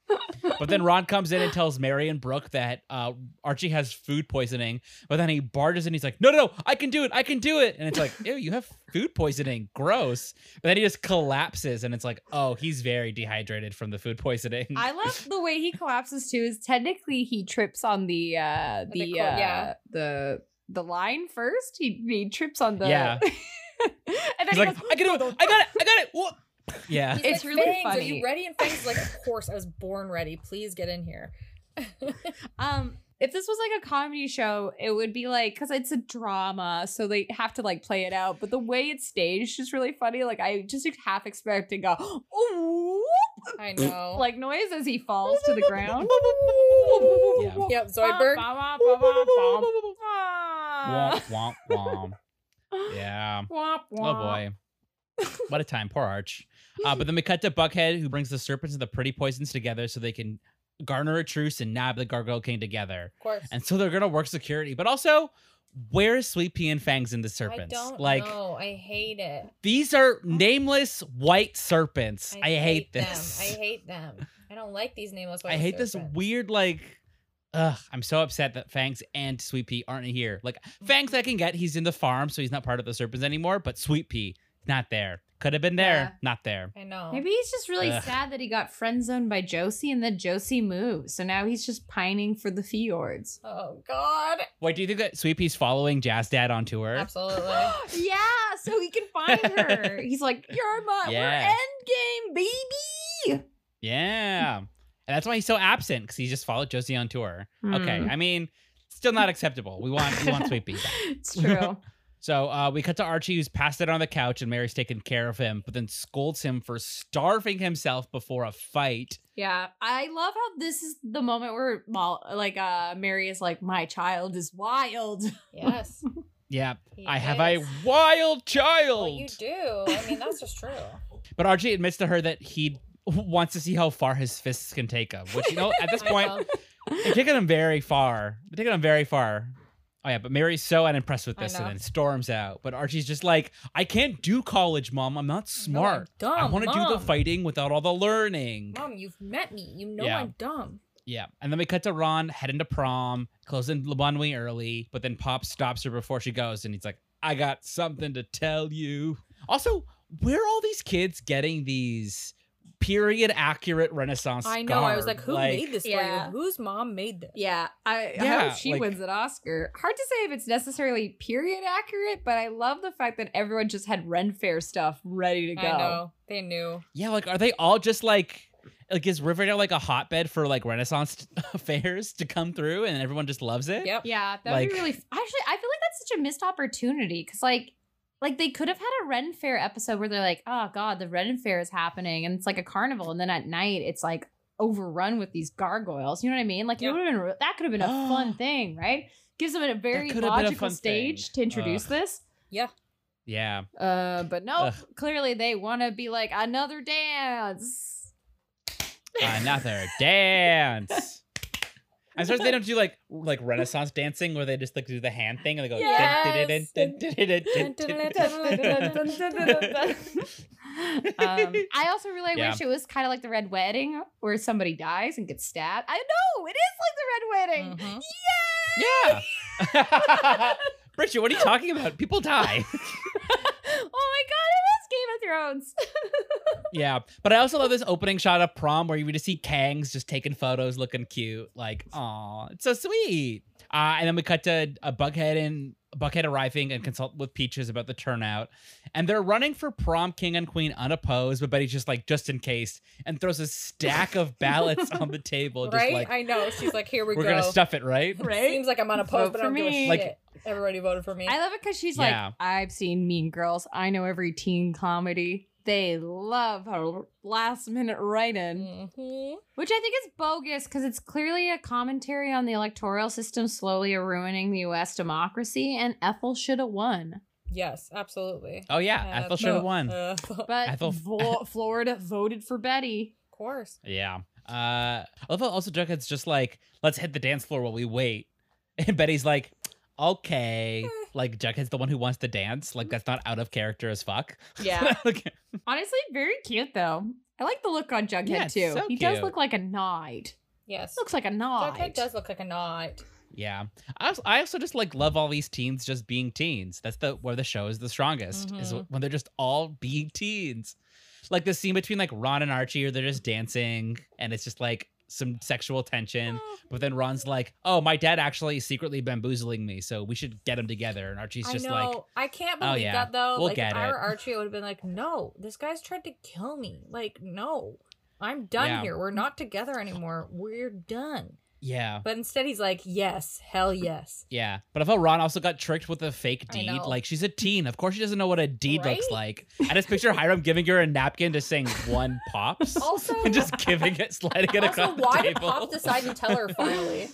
[SPEAKER 6] But then Ron comes in and tells Mary and Brooke that uh, Archie has food poisoning. But then he barges and he's like, no, no, no, I can do it. I can do it. And it's like, ew, you have food poisoning. Gross. But then he just collapses and it's like, oh, he's very dehydrated from the food poisoning.
[SPEAKER 3] I love the way he collapses too. Is technically he trips on the uh the,
[SPEAKER 5] The cor-
[SPEAKER 3] uh,
[SPEAKER 5] yeah.
[SPEAKER 3] the the line first. He he trips on the
[SPEAKER 6] Yeah.
[SPEAKER 3] and then
[SPEAKER 6] he's
[SPEAKER 3] he
[SPEAKER 6] like,
[SPEAKER 3] goes,
[SPEAKER 6] I can do it. I got it. I got it. Whoa. Yeah.
[SPEAKER 5] He's
[SPEAKER 3] It's
[SPEAKER 5] like,
[SPEAKER 3] really
[SPEAKER 5] "Fangs, Are
[SPEAKER 3] funny.
[SPEAKER 5] you ready? And Fangs is like, of course, I was born ready. Please get in here.
[SPEAKER 3] um. If this was like a comedy show, it would be like because it's a drama, so they have to like play it out. But the way it's staged is really funny. Like I just half expecting a ooh
[SPEAKER 5] I know.
[SPEAKER 3] like noise as he falls to the ground.
[SPEAKER 6] Yeah.
[SPEAKER 5] Yep, Zoidberg.
[SPEAKER 3] Bah, bah, bah, bah, bah, bah.
[SPEAKER 6] Womp, womp, womp. Yeah.
[SPEAKER 3] Womp,
[SPEAKER 6] Oh
[SPEAKER 3] womp.
[SPEAKER 6] boy. what a time. Poor Arch. Uh, but then we cut to Buckhead, who brings the serpents and the pretty poisons together so they can garner a truce and nab the Gargoyle King together.
[SPEAKER 5] Of course.
[SPEAKER 6] And so they're going to work security. But also, where is Sweet Pea and Fangs in the serpents?
[SPEAKER 5] I don't
[SPEAKER 6] like,
[SPEAKER 5] know. I hate it.
[SPEAKER 6] these are nameless white serpents. I, hate, this.
[SPEAKER 5] Them. I hate them. I don't like these nameless.
[SPEAKER 6] I hate this weird, like, ugh, I'm so upset that Fangs and Sweet Pea aren't here. Like,
[SPEAKER 5] Mm-hmm.
[SPEAKER 6] Fangs, I can get, he's in the farm, so he's not part of the serpents anymore, but Sweet Pea, not there. Could have been there,
[SPEAKER 3] Yeah.
[SPEAKER 6] not there.
[SPEAKER 5] I know.
[SPEAKER 3] Maybe he's just really
[SPEAKER 6] Ugh.
[SPEAKER 3] sad that he got friend zoned by Josie and then Josie moved. So now he's just pining for the fjords.
[SPEAKER 5] Oh God.
[SPEAKER 6] Wait, do you think that Sweet Pea's following Jazz Dad on tour?
[SPEAKER 5] Absolutely.
[SPEAKER 3] yeah, so he can find her. He's like, You're my
[SPEAKER 6] Yeah.
[SPEAKER 3] we're endgame, baby.
[SPEAKER 5] hmm.
[SPEAKER 6] Yeah. And that's why he's so absent, because he just followed Josie on tour. Okay.
[SPEAKER 3] Hmm.
[SPEAKER 6] I mean, still not acceptable. We want we want Sweet Pea. back.
[SPEAKER 3] It's true.
[SPEAKER 6] So uh, we cut to Archie, who's passed out on the couch, and Mary's taking care of him, but then scolds him for starving himself before a fight.
[SPEAKER 3] yeah. I love how this is the moment where Mal- like uh Mary is like, My child is wild.
[SPEAKER 5] Yes.
[SPEAKER 6] Yeah.
[SPEAKER 5] he
[SPEAKER 6] I have
[SPEAKER 5] is.
[SPEAKER 6] a wild child.
[SPEAKER 5] Well, you do. I mean, that's just true.
[SPEAKER 6] But Archie admits to her that he wants to see how far his fists can take him, which, you know, at this
[SPEAKER 5] I
[SPEAKER 6] point,
[SPEAKER 5] know.
[SPEAKER 6] They're taking them very far. They're taking them very far. Oh yeah, but Mary's so unimpressed with
[SPEAKER 5] I
[SPEAKER 6] this and
[SPEAKER 5] know.
[SPEAKER 6] then storms out. But Archie's just like, I can't do college, mom. I'm not
[SPEAKER 5] No, I'm
[SPEAKER 6] smart.
[SPEAKER 5] dumb.
[SPEAKER 6] I want to do the
[SPEAKER 5] Mom.
[SPEAKER 6] fighting without all the learning.
[SPEAKER 5] Mom, you've met me. You know
[SPEAKER 6] Yeah.
[SPEAKER 5] I'm dumb.
[SPEAKER 6] Yeah. And then we cut to Ron heading to prom, closing the runway early, but then Pop stops her before she goes and he's like, I got something to tell you. Also, where are all these kids getting these period accurate Renaissance?
[SPEAKER 5] I know. I was
[SPEAKER 6] garb?
[SPEAKER 5] like, who made this
[SPEAKER 3] yeah.
[SPEAKER 5] for you? Whose mom made this?
[SPEAKER 3] Yeah, I I
[SPEAKER 6] Yeah,
[SPEAKER 3] hope she
[SPEAKER 6] like-
[SPEAKER 3] wins an Oscar. Hard to say if it's necessarily period accurate, but I love the fact that everyone just had Ren Fair stuff ready to go.
[SPEAKER 5] I know. They knew.
[SPEAKER 6] Yeah, like are they all just like like is Riverdale like a hotbed for like Renaissance fairs to come through and everyone just loves it?
[SPEAKER 5] Yep.
[SPEAKER 3] Yeah, that would
[SPEAKER 6] Like-
[SPEAKER 3] be really. Actually, I feel like that's such a missed opportunity because like Like they could have had a Ren Fair episode where they're like, "Oh God, the Ren Fair is happening," and it's like a carnival, and then at night it's like overrun with these gargoyles. You know what I mean? Like
[SPEAKER 5] Yeah.
[SPEAKER 3] it would have been that could have been a fun thing, right? Gives them a very
[SPEAKER 6] could have been a
[SPEAKER 3] logical
[SPEAKER 6] fun
[SPEAKER 3] stage
[SPEAKER 6] thing.
[SPEAKER 3] to introduce
[SPEAKER 6] Ugh.
[SPEAKER 3] this.
[SPEAKER 6] Yeah.
[SPEAKER 3] Uh, but no,
[SPEAKER 6] Ugh.
[SPEAKER 3] clearly they want to be like another dance.
[SPEAKER 6] Another dance. I'm surprised they don't do like like Renaissance dancing where they just like do the hand thing and they go. dun, dun, dun, dun, dun, dun, dun, dun, dun, dun.
[SPEAKER 3] um, I also really
[SPEAKER 6] Yeah.
[SPEAKER 3] wish it was kind of like the Red Wedding, where somebody dies and gets stabbed. I know it is like the Red Wedding.
[SPEAKER 5] Mhm.
[SPEAKER 6] Yeah. Bridget, what are you talking about? People die. Mm.
[SPEAKER 3] oh my god, it is Game of Thrones.
[SPEAKER 6] yeah, but I also love this opening shot of prom where you just see Kangs just taking photos, looking cute. Like, aw, it's so sweet. Uh, and then we cut to a Bughead and Buckhead arriving and consult with Peaches about the turnout. And they're running for prom king and queen unopposed, but Betty's just like, just in case, and throws a stack of ballots on the table, just
[SPEAKER 5] Right?
[SPEAKER 6] like,
[SPEAKER 5] I know. She's like, here we
[SPEAKER 6] we're
[SPEAKER 5] go.
[SPEAKER 6] gonna stuff it, right?
[SPEAKER 5] Right? Seems like I'm on a
[SPEAKER 3] Vote
[SPEAKER 5] post, but
[SPEAKER 3] for
[SPEAKER 5] I don't give
[SPEAKER 3] me.
[SPEAKER 5] a
[SPEAKER 6] Like-
[SPEAKER 5] shit. Everybody voted for me.
[SPEAKER 3] I love it because she's
[SPEAKER 6] Yeah.
[SPEAKER 3] like, I've seen Mean Girls. I know every teen comedy. They love her last minute write in.
[SPEAKER 6] Mm-hmm.
[SPEAKER 5] Mhm.
[SPEAKER 3] Which I think is bogus because it's clearly a commentary on the electoral system slowly ruining the US democracy, and Ethel should have won.
[SPEAKER 5] Yes, absolutely.
[SPEAKER 6] Oh yeah, Ethel should have won.
[SPEAKER 5] Uh, of
[SPEAKER 3] But
[SPEAKER 6] Ethel-
[SPEAKER 3] Vo- Florida voted for Betty.
[SPEAKER 5] course.
[SPEAKER 6] Yeah. Uh, I love how also Jughead's just like, let's hit the dance floor while we wait. And Betty's like, okay. Like, Jughead's the one who wants to dance. Like, that's not out of character as fuck.
[SPEAKER 4] Yeah.
[SPEAKER 6] Like,
[SPEAKER 3] Honestly, very cute though. I like the look on Jughead
[SPEAKER 6] Yeah, it's
[SPEAKER 3] too.
[SPEAKER 6] so
[SPEAKER 3] he does
[SPEAKER 6] cute.
[SPEAKER 3] look like a nod.
[SPEAKER 5] Yes.
[SPEAKER 3] Looks like a nod.
[SPEAKER 5] Jughead does look like a knot.
[SPEAKER 6] yeah. I also, I also just like love all these teens just being teens. That's the where the show is the strongest, is
[SPEAKER 5] Mhm.
[SPEAKER 6] when they're just all being teens. Like the scene between like Ron and Archie, or they're just dancing and it's just like some sexual tension.
[SPEAKER 5] Oh.
[SPEAKER 6] But then Ron's like, "Oh, my dad actually is secretly bamboozling me, so we should get him together." And Archie's just
[SPEAKER 5] I know.
[SPEAKER 6] like,
[SPEAKER 5] I can't
[SPEAKER 6] "Oh,
[SPEAKER 5] believe
[SPEAKER 6] yeah,
[SPEAKER 5] that though.
[SPEAKER 6] we'll
[SPEAKER 5] like
[SPEAKER 6] get
[SPEAKER 5] if I
[SPEAKER 6] it."
[SPEAKER 5] were Archie, I would have been like, no, this guy's tried to kill me. Like, no. I'm done
[SPEAKER 6] Yeah.
[SPEAKER 5] here. We're not together anymore. We're done.
[SPEAKER 6] "Yeah,
[SPEAKER 5] But instead he's like, Yes, hell yes.
[SPEAKER 6] yeah." But I felt Ron also got tricked with a fake
[SPEAKER 5] I
[SPEAKER 6] deed.
[SPEAKER 5] know.
[SPEAKER 6] Like she's a teen, of course she doesn't know what a deed looks
[SPEAKER 5] Right?
[SPEAKER 6] like. I just picture Hiram giving her a napkin, just saying one pops,
[SPEAKER 5] Also
[SPEAKER 6] and just giving it, sliding it
[SPEAKER 5] also,
[SPEAKER 6] across
[SPEAKER 5] why
[SPEAKER 6] the
[SPEAKER 5] did
[SPEAKER 6] table.
[SPEAKER 5] Pops decide to tell her finally?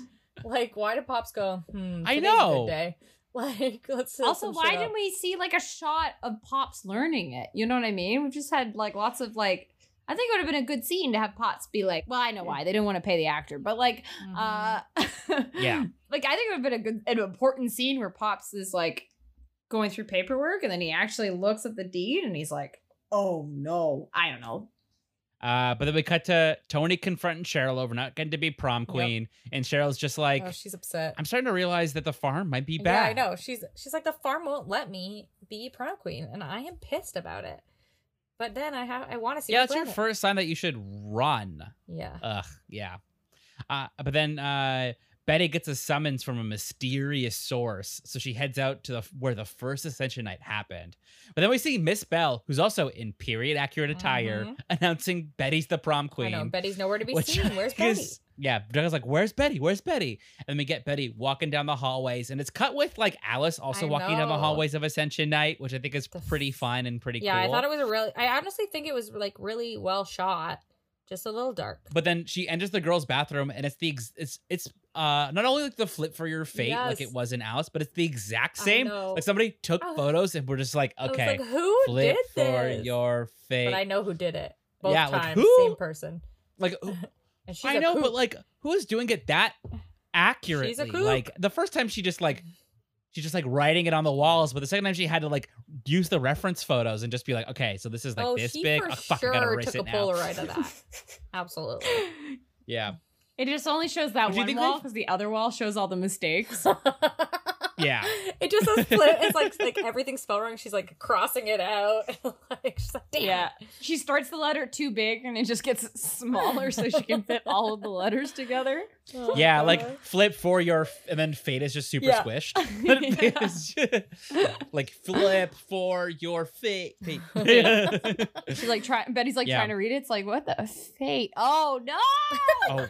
[SPEAKER 5] like, why did Pops go? Hmm,
[SPEAKER 6] I
[SPEAKER 5] today's a good
[SPEAKER 6] know.
[SPEAKER 5] day. Like, let's set
[SPEAKER 3] also,
[SPEAKER 5] some
[SPEAKER 3] why
[SPEAKER 5] shit
[SPEAKER 3] didn't
[SPEAKER 5] up.
[SPEAKER 3] we see like a shot of Pops learning it? You know what I mean? We just had like lots of like. I think it would have been a good scene to have Pops be like, "Well, I know why they didn't want to pay the actor, but like,
[SPEAKER 5] Mm-hmm.
[SPEAKER 3] uh,
[SPEAKER 6] Mm-hmm. Yeah.
[SPEAKER 3] like I think it would have been a good, an important scene where Pops is like going through paperwork, and then he actually looks at the deed, and he's like, "Oh no, I don't know."
[SPEAKER 6] Uh, but then we cut to Tony confronting Cheryl over not getting to be prom queen, and Cheryl's just like,
[SPEAKER 5] oh, she's upset.
[SPEAKER 6] "I'm starting to realize that the farm might be
[SPEAKER 5] Yeah, I
[SPEAKER 6] bad."
[SPEAKER 5] know. She's she's like the farm won't let me be prom queen, and I am pissed about it. But then I have I want to see.
[SPEAKER 6] Yeah,
[SPEAKER 5] what's
[SPEAKER 6] that's your
[SPEAKER 5] in it.
[SPEAKER 6] first sign that you should run.
[SPEAKER 5] Yeah.
[SPEAKER 6] Ugh, yeah. Uh, but then uh, Betty gets a summons from a mysterious source, so she heads out to the where the first Ascension Night happened. But then we see Miss Bell, who's also in period accurate attire,
[SPEAKER 5] Mhm.
[SPEAKER 6] announcing Betty's the prom queen.
[SPEAKER 5] I know. Betty's nowhere to be
[SPEAKER 6] which
[SPEAKER 5] seen. Where's Betty?
[SPEAKER 6] is- Yeah, Doug's like, "Where's Betty? Where's Betty?" And we get Betty walking down the hallways, and it's cut with like Alice also
[SPEAKER 5] I
[SPEAKER 6] walking down the
[SPEAKER 5] know.
[SPEAKER 6] hallways of Ascension Night, which I think is
[SPEAKER 5] The f-
[SPEAKER 6] pretty fun and pretty
[SPEAKER 5] Yeah,
[SPEAKER 6] cool.
[SPEAKER 5] I thought it was a really. I honestly think it was like really well shot, just a little dark.
[SPEAKER 6] But then she enters the girls' bathroom, and it's the ex- it's it's uh not only like the flip for your fate like
[SPEAKER 5] Yes.
[SPEAKER 6] it was in Alice, but it's the exact
[SPEAKER 5] I
[SPEAKER 6] same.
[SPEAKER 5] know.
[SPEAKER 6] Like somebody took
[SPEAKER 5] I was-
[SPEAKER 6] photos, and we're just like,
[SPEAKER 5] I was
[SPEAKER 6] okay,
[SPEAKER 5] like, who
[SPEAKER 6] flip
[SPEAKER 5] did
[SPEAKER 6] for
[SPEAKER 5] this?
[SPEAKER 6] your fate.
[SPEAKER 5] But I know who did it. Both
[SPEAKER 6] Yeah, like,
[SPEAKER 5] times,
[SPEAKER 6] who?
[SPEAKER 5] same person.
[SPEAKER 6] like who-
[SPEAKER 5] And she's
[SPEAKER 6] I
[SPEAKER 5] a
[SPEAKER 6] know,
[SPEAKER 5] kook.
[SPEAKER 6] but like who is doing it that accurately?
[SPEAKER 5] kook.
[SPEAKER 6] Like the first time she just like. She's just like writing it on the walls, but the second time she had to like use the reference photos and just be like, okay, so this is like
[SPEAKER 5] oh,
[SPEAKER 6] this
[SPEAKER 5] she
[SPEAKER 6] big.
[SPEAKER 5] for
[SPEAKER 6] Oh, fuck, I gotta
[SPEAKER 5] sure
[SPEAKER 6] erase
[SPEAKER 5] took a
[SPEAKER 6] it now.
[SPEAKER 5] Polaroid of that. Absolutely.
[SPEAKER 6] Yeah,
[SPEAKER 3] It just only shows that
[SPEAKER 6] Would you
[SPEAKER 3] one
[SPEAKER 6] think
[SPEAKER 3] wall
[SPEAKER 6] they've-
[SPEAKER 3] because the other wall shows all the mistakes.
[SPEAKER 6] yeah.
[SPEAKER 5] It just says flip. It's like like everything's spelled wrong. She's like crossing it out. like she's like, damn.
[SPEAKER 3] Yeah. She starts the letter too big and it just gets smaller so she can fit all of the letters together.
[SPEAKER 5] Oh,
[SPEAKER 6] Yeah,
[SPEAKER 5] God.
[SPEAKER 6] like flip for your, f- and then fate is just super
[SPEAKER 5] Yeah.
[SPEAKER 6] squished. But it is just- like flip for your fate. fate.
[SPEAKER 3] She's like trying Betty's like
[SPEAKER 6] Yeah.
[SPEAKER 3] trying to read it. It's like, what the fate? Oh no.
[SPEAKER 6] oh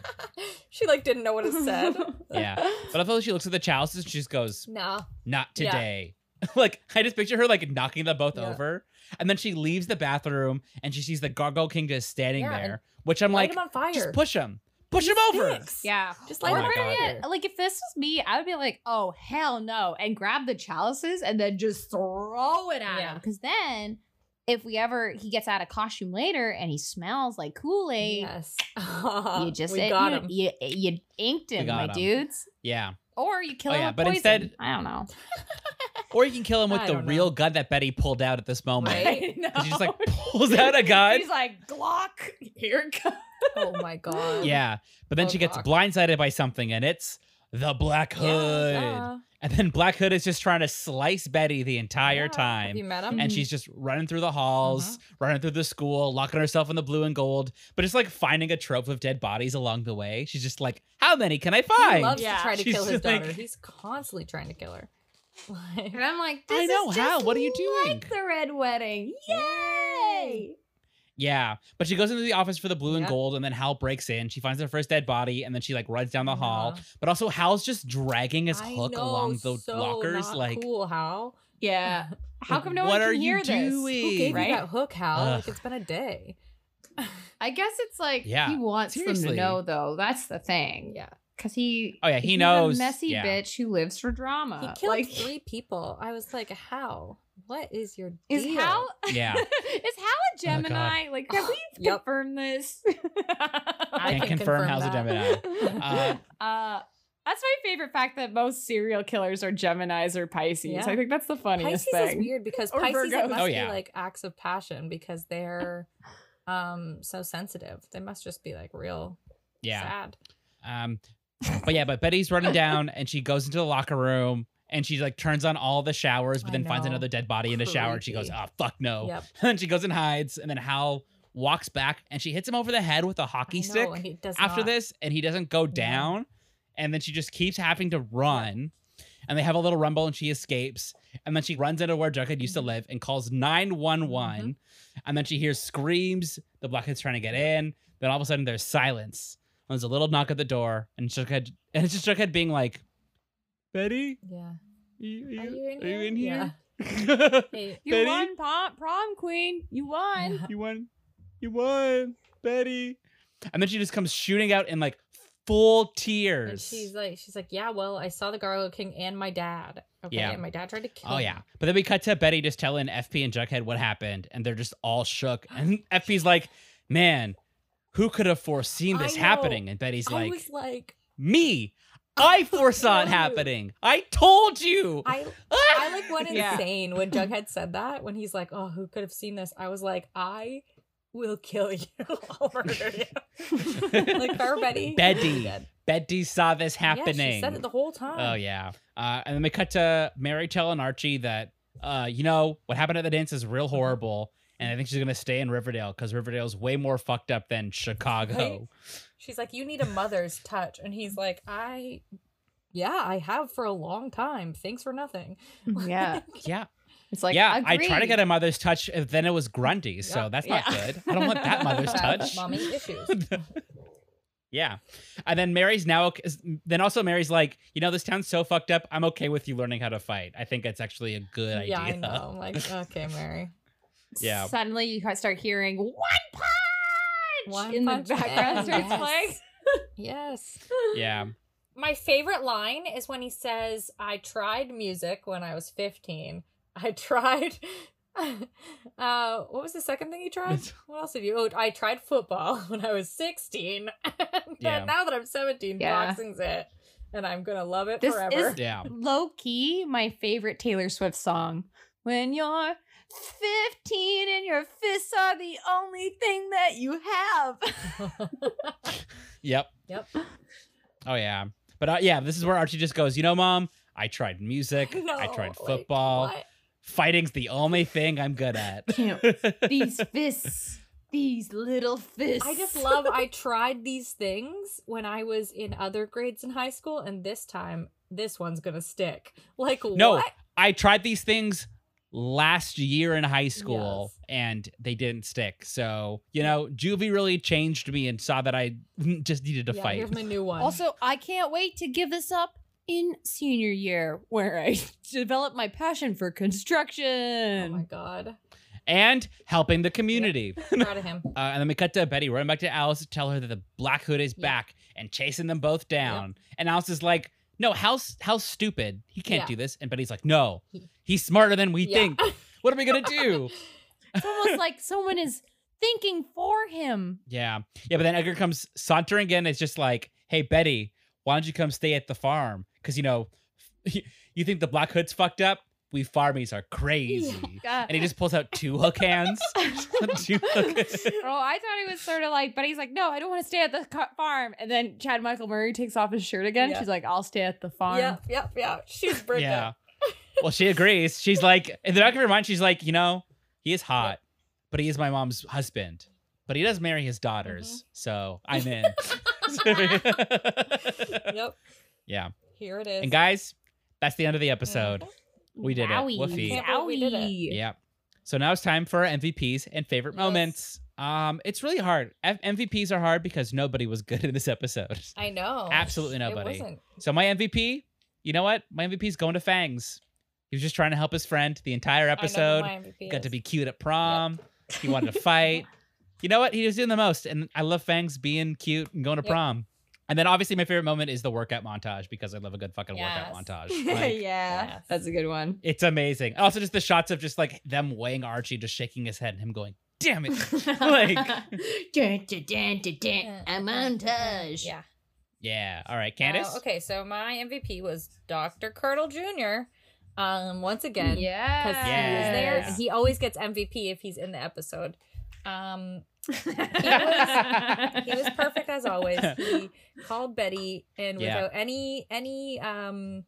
[SPEAKER 5] she like didn't know what it said.
[SPEAKER 6] yeah, but I feel like she looks at the chalices and she just goes,
[SPEAKER 5] no.
[SPEAKER 6] "Not
[SPEAKER 5] Yeah.
[SPEAKER 6] today." like I just picture her like knocking them both
[SPEAKER 5] Yeah.
[SPEAKER 6] over, and then she leaves the bathroom and she sees the Gargoyle King just standing
[SPEAKER 5] Yeah, and
[SPEAKER 6] there, which I'm
[SPEAKER 5] Light
[SPEAKER 6] like,
[SPEAKER 5] him on fire.
[SPEAKER 6] just push him, push
[SPEAKER 5] He
[SPEAKER 6] him over.
[SPEAKER 5] stinks.
[SPEAKER 3] Yeah.
[SPEAKER 5] Just
[SPEAKER 6] Oh
[SPEAKER 5] light him
[SPEAKER 6] my
[SPEAKER 5] on
[SPEAKER 6] God.
[SPEAKER 5] fire.
[SPEAKER 3] Like if this was me, I would be like, "Oh hell no!" and grab the chalices and then just throw it at
[SPEAKER 5] Yeah.
[SPEAKER 3] him. Because then, if we ever he gets out of costume later and he smells like Kool Aid,
[SPEAKER 5] Yes.
[SPEAKER 3] you just
[SPEAKER 5] Uh, we
[SPEAKER 3] it-
[SPEAKER 5] got
[SPEAKER 3] you,
[SPEAKER 5] him.
[SPEAKER 3] You, you inked him, my
[SPEAKER 6] got him.
[SPEAKER 3] dudes.
[SPEAKER 6] Yeah,
[SPEAKER 3] Or you kill
[SPEAKER 6] Oh,
[SPEAKER 3] him
[SPEAKER 6] yeah,
[SPEAKER 3] with
[SPEAKER 6] but
[SPEAKER 3] poison.
[SPEAKER 6] instead-
[SPEAKER 3] I don't know.
[SPEAKER 6] or you can kill him with
[SPEAKER 5] I
[SPEAKER 6] the
[SPEAKER 5] don't know.
[SPEAKER 6] real gun that Betty pulled out at this moment.
[SPEAKER 5] Right?
[SPEAKER 6] She just like pulls out a gun.
[SPEAKER 3] He's like Glock. Here it comes.
[SPEAKER 5] Oh my god.
[SPEAKER 6] yeah, but then
[SPEAKER 5] Oh,
[SPEAKER 6] she gets
[SPEAKER 5] fuck.
[SPEAKER 6] blindsided by something, and it's the Black Hood. and then Black Hood is just trying to slice Betty the entire
[SPEAKER 5] Yeah. Uh-huh. Have
[SPEAKER 6] time.
[SPEAKER 5] you met him?
[SPEAKER 6] and she's just running through the halls, running through the school, locking herself in the blue and gold, but just like finding a trope of dead bodies along the way. She's just like, how many can I
[SPEAKER 5] He
[SPEAKER 6] find?
[SPEAKER 5] loves
[SPEAKER 3] Yeah.
[SPEAKER 5] to try to
[SPEAKER 6] She's
[SPEAKER 5] kill his
[SPEAKER 6] just like-
[SPEAKER 5] daughter. He's constantly trying to kill her. Like,
[SPEAKER 3] And I'm like,
[SPEAKER 6] I
[SPEAKER 3] this
[SPEAKER 6] know,
[SPEAKER 3] is
[SPEAKER 6] how?
[SPEAKER 3] just
[SPEAKER 6] What are you doing?
[SPEAKER 3] Like the Red Wedding. Yay!
[SPEAKER 6] yeah. But she goes into the office for the blue and
[SPEAKER 5] Yeah.
[SPEAKER 6] gold, and then Hal breaks in. She finds her first dead body, and then she like runs down the hall.
[SPEAKER 5] Yeah.
[SPEAKER 6] But also, Hal's just dragging his
[SPEAKER 5] Uh-huh. I
[SPEAKER 6] hook
[SPEAKER 5] know,
[SPEAKER 6] along the
[SPEAKER 5] so
[SPEAKER 6] lockers.
[SPEAKER 5] not
[SPEAKER 6] Like,
[SPEAKER 5] cool, Hal.
[SPEAKER 3] Yeah. How
[SPEAKER 6] like,
[SPEAKER 3] come no
[SPEAKER 6] what
[SPEAKER 3] one
[SPEAKER 6] are
[SPEAKER 3] can
[SPEAKER 6] you
[SPEAKER 3] hear this?
[SPEAKER 6] doing?
[SPEAKER 5] Who gave
[SPEAKER 3] Right?
[SPEAKER 5] you that hook, Hal?
[SPEAKER 6] Ugh.
[SPEAKER 5] Like it's been a day.
[SPEAKER 3] I guess it's like
[SPEAKER 6] Yeah,
[SPEAKER 3] he wants them
[SPEAKER 6] seriously.
[SPEAKER 3] to know, though. That's the thing.
[SPEAKER 5] Yeah.
[SPEAKER 3] Because he.
[SPEAKER 6] Oh, yeah, he
[SPEAKER 3] he's
[SPEAKER 6] knows.
[SPEAKER 3] A messy
[SPEAKER 6] Yeah.
[SPEAKER 3] bitch who lives for drama.
[SPEAKER 5] He killed
[SPEAKER 3] Uh, like,
[SPEAKER 5] three people. I was like, Hal, what is your deal?
[SPEAKER 3] is Hal?
[SPEAKER 6] Yeah. Oh,
[SPEAKER 3] is Hal a Gemini? like, have we
[SPEAKER 5] Yep.
[SPEAKER 3] confirmed this?
[SPEAKER 5] I
[SPEAKER 6] Can't
[SPEAKER 5] can
[SPEAKER 6] confirm
[SPEAKER 5] confirm
[SPEAKER 6] Hal's a
[SPEAKER 5] that.
[SPEAKER 6] Gemini. Uh,
[SPEAKER 3] Uh, that's my favorite fact that most serial killers are Geminis or Pisces.
[SPEAKER 5] Yeah.
[SPEAKER 3] I think that's the funniest
[SPEAKER 5] Pisces is
[SPEAKER 3] thing.
[SPEAKER 5] weird because
[SPEAKER 3] Or
[SPEAKER 5] Pisces
[SPEAKER 3] Virgos.
[SPEAKER 5] it must
[SPEAKER 6] Oh, yeah.
[SPEAKER 5] be like acts of passion because they're um so sensitive. They must just be like real
[SPEAKER 6] yeah.
[SPEAKER 5] sad.
[SPEAKER 6] Um, but yeah, but Betty's running down and she goes into the locker room and she like turns on all the showers, but
[SPEAKER 5] I
[SPEAKER 6] then finds
[SPEAKER 5] know.
[SPEAKER 6] another dead body in the shower and she goes,
[SPEAKER 5] Creepy.
[SPEAKER 6] oh, fuck no.
[SPEAKER 5] Yep.
[SPEAKER 6] and she goes and hides. And then Hal walks back and she hits him over the head with a hockey
[SPEAKER 5] I
[SPEAKER 6] stick
[SPEAKER 5] know, and he does
[SPEAKER 6] after
[SPEAKER 5] not.
[SPEAKER 6] this and he doesn't go down. And then she just keeps having to run. And they have a little rumble and she escapes. And then she runs into where Jughead used to
[SPEAKER 5] Mm-hmm.
[SPEAKER 6] live and calls 911. And then she hears screams. The blockhead's trying to get in. Then all of a sudden there's silence. And there's a little knock at the door. And Jughead and it's just Jughead being like, Betty,
[SPEAKER 5] Yeah.
[SPEAKER 6] you,
[SPEAKER 5] Are
[SPEAKER 6] you,
[SPEAKER 5] you in
[SPEAKER 6] are you
[SPEAKER 5] here?
[SPEAKER 6] in here?
[SPEAKER 5] Hey,
[SPEAKER 3] You
[SPEAKER 6] Betty?
[SPEAKER 3] won, prom, prom queen. You won.
[SPEAKER 6] you won. You won, Betty. And then she just comes shooting out in like full tears.
[SPEAKER 5] And she's like, she's like, yeah, well, I saw the Gargoyle King and my dad. Okay,
[SPEAKER 6] Yeah.
[SPEAKER 5] and my dad tried to kill.
[SPEAKER 6] Oh
[SPEAKER 5] me."
[SPEAKER 6] yeah. But then we cut to Betty just telling FP and Jughead what happened, and they're just all shook. And FP's like, "Man, who could have foreseen this
[SPEAKER 5] I know.
[SPEAKER 6] happening?" And Betty's
[SPEAKER 5] I
[SPEAKER 6] like,
[SPEAKER 5] was like,
[SPEAKER 6] "Me, I foresaw it
[SPEAKER 5] told you.
[SPEAKER 6] happening. I told you."
[SPEAKER 5] I,
[SPEAKER 6] Ah!
[SPEAKER 5] I like went
[SPEAKER 3] Yeah.
[SPEAKER 5] insane when Jughead said that. When he's like, oh, who could have seen this? I was like, I will kill you. I'll murder you. like her, Betty.
[SPEAKER 6] Betty.
[SPEAKER 5] Yeah, she
[SPEAKER 6] Betty saw this happening.
[SPEAKER 5] said it the whole time.
[SPEAKER 6] Oh yeah. Uh, and then we cut to Mary telling Archie that, uh, you know, what happened at the dance is
[SPEAKER 5] Uh-huh.
[SPEAKER 6] real horrible, and I think she's gonna stay in Riverdale because Riverdale's way more fucked up than Chicago.
[SPEAKER 5] She's like, you need a mother's touch, and he's like, I, yeah, I have for a long time. Thanks for nothing.
[SPEAKER 3] Yeah.
[SPEAKER 6] Yeah.
[SPEAKER 3] It's like,
[SPEAKER 6] yeah, I try to get
[SPEAKER 3] a.
[SPEAKER 6] a mother's touch. uh, Then it was Grundy, so
[SPEAKER 5] Yeah.
[SPEAKER 6] that's not
[SPEAKER 3] Yeah.
[SPEAKER 6] good. I don't want that mother's
[SPEAKER 5] Have
[SPEAKER 6] touch.
[SPEAKER 5] mommy issues.
[SPEAKER 6] yeah, and then Mary's now. ok- is- Then also Mary's like, you know, this town's so fucked up. I'm okay with you learning how to fight. I think it's actually a good
[SPEAKER 5] yeah,
[SPEAKER 6] idea.
[SPEAKER 5] I know. I'm like, okay, Mary.
[SPEAKER 6] Yeah.
[SPEAKER 3] Suddenly you guys start hearing one punch
[SPEAKER 5] One
[SPEAKER 3] in
[SPEAKER 5] Punch
[SPEAKER 3] the background
[SPEAKER 5] Man,
[SPEAKER 3] starts
[SPEAKER 5] yes.
[SPEAKER 3] playing.
[SPEAKER 5] Yes.
[SPEAKER 6] Yeah.
[SPEAKER 5] My favorite line is when he says, I tried music when I was 15. I tried. Uh, what was the second thing he tried?
[SPEAKER 6] It's-
[SPEAKER 5] What else have you? Oh, I tried football when I was 16. and
[SPEAKER 6] Yeah.
[SPEAKER 5] then now that I'm 17,
[SPEAKER 3] Yeah.
[SPEAKER 5] boxing's it. And I'm going to love it
[SPEAKER 3] This
[SPEAKER 5] forever.
[SPEAKER 3] is-
[SPEAKER 6] Yeah.
[SPEAKER 3] Low key, my favorite Taylor Swift song. When you're 15 and your fists are the only thing that you have.
[SPEAKER 6] Yep.
[SPEAKER 5] Yep.
[SPEAKER 6] Oh yeah. But uh, yeah, this is where Archie just goes. You know, mom, I tried music.
[SPEAKER 5] No,
[SPEAKER 6] I tried
[SPEAKER 5] like,
[SPEAKER 6] football.
[SPEAKER 5] what?
[SPEAKER 6] Fighting's the only thing I'm good at.
[SPEAKER 3] Can't- These fists. These little fists.
[SPEAKER 5] I just love I tried these things when I was in other grades in high school, and this time this one's gonna stick. Like
[SPEAKER 6] No,
[SPEAKER 5] what?
[SPEAKER 6] I tried these things last year in high school
[SPEAKER 5] Yes.
[SPEAKER 6] and they didn't stick. So, you know, juvie really changed me and saw that I just needed to
[SPEAKER 5] yeah,
[SPEAKER 6] fight.
[SPEAKER 5] here's my new one.
[SPEAKER 3] Also, I can't wait to give this up in senior year where I developed my passion for
[SPEAKER 5] Oh my
[SPEAKER 3] construction.
[SPEAKER 5] god.
[SPEAKER 6] and helping the community.
[SPEAKER 5] Proud of him.
[SPEAKER 6] Uh, and then we cut to Betty running back to Alice to tell her that the Black Hood is
[SPEAKER 3] Yeah.
[SPEAKER 6] back and chasing them both down. And Alice is like, "No, how s- how stupid? He can't
[SPEAKER 5] Yeah.
[SPEAKER 6] do this." And Betty's like, "No,
[SPEAKER 5] He-
[SPEAKER 6] he's smarter than we
[SPEAKER 5] Yeah.
[SPEAKER 6] think. What are we gonna do?"
[SPEAKER 3] it's almost like someone is thinking for him.
[SPEAKER 6] yeah, yeah. But then Edgar comes sauntering in. It's just like, "Hey, Betty, why don't you come stay at the farm? Because you know, you think the Black Hood's fucked up. We farmies are crazy."
[SPEAKER 3] God.
[SPEAKER 6] And he just pulls out two hook hands. two hook-
[SPEAKER 3] Oh, I thought it was sort of like, but he's like, no, I don't want to stay at the co- farm. And then Chad Michael Murray takes off his shirt again.
[SPEAKER 5] Yeah.
[SPEAKER 3] She's like, I'll stay at the farm.
[SPEAKER 5] Yep, yep, yep. She's bricked
[SPEAKER 6] yeah.
[SPEAKER 5] up.
[SPEAKER 6] well, she agrees. She's like, in the back of her mind, she's like, you know, he is hot, but he is my mom's husband. But he does marry his daughters, so I'm in.
[SPEAKER 5] Yep.
[SPEAKER 6] yeah.
[SPEAKER 5] Here it is.
[SPEAKER 6] And guys, that's the end of the episode. We did it. Woofie.
[SPEAKER 5] Can't believe we did it.
[SPEAKER 3] Owie.
[SPEAKER 6] Yeah. So now it's time for our MVPs and favorite
[SPEAKER 5] Yes.
[SPEAKER 6] moments. Um, it's really hard. F- MVPs are hard because nobody was good in this episode.
[SPEAKER 5] I know.
[SPEAKER 6] Absolutely
[SPEAKER 5] It
[SPEAKER 6] nobody.
[SPEAKER 5] wasn't.
[SPEAKER 6] So my MVP, you know what? My MVP's going to Fangs. He was just trying to help his friend the entire
[SPEAKER 5] I know
[SPEAKER 6] episode.
[SPEAKER 5] who my MVP
[SPEAKER 6] got to
[SPEAKER 5] is.
[SPEAKER 6] be cute at prom. He wanted to fight. You know what? He was doing the most. And I love Fangs being cute and going to
[SPEAKER 5] Yep.
[SPEAKER 6] prom. And then obviously my favorite moment is the workout montage because I love a good fucking workout
[SPEAKER 5] Yes.
[SPEAKER 6] montage. Like,
[SPEAKER 5] Yeah.
[SPEAKER 3] That's a good one.
[SPEAKER 6] It's amazing. Also just the shots of just like them weighing Archie just shaking his head and him going, damn it. Like-
[SPEAKER 3] Dun, dun, dun, dun, dun,
[SPEAKER 5] Uh,
[SPEAKER 3] a montage.
[SPEAKER 5] Yeah.
[SPEAKER 6] Yeah. All right, Candace.
[SPEAKER 5] Uh, okay, so my MVP was Dr. Curdle Jr. Um, once again,
[SPEAKER 3] Yeah.
[SPEAKER 5] because he was there.
[SPEAKER 6] Yes.
[SPEAKER 5] and He always gets MVP if he's in the episode. Um, he was perfect as always. He called Betty and
[SPEAKER 6] Yeah.
[SPEAKER 5] without any any um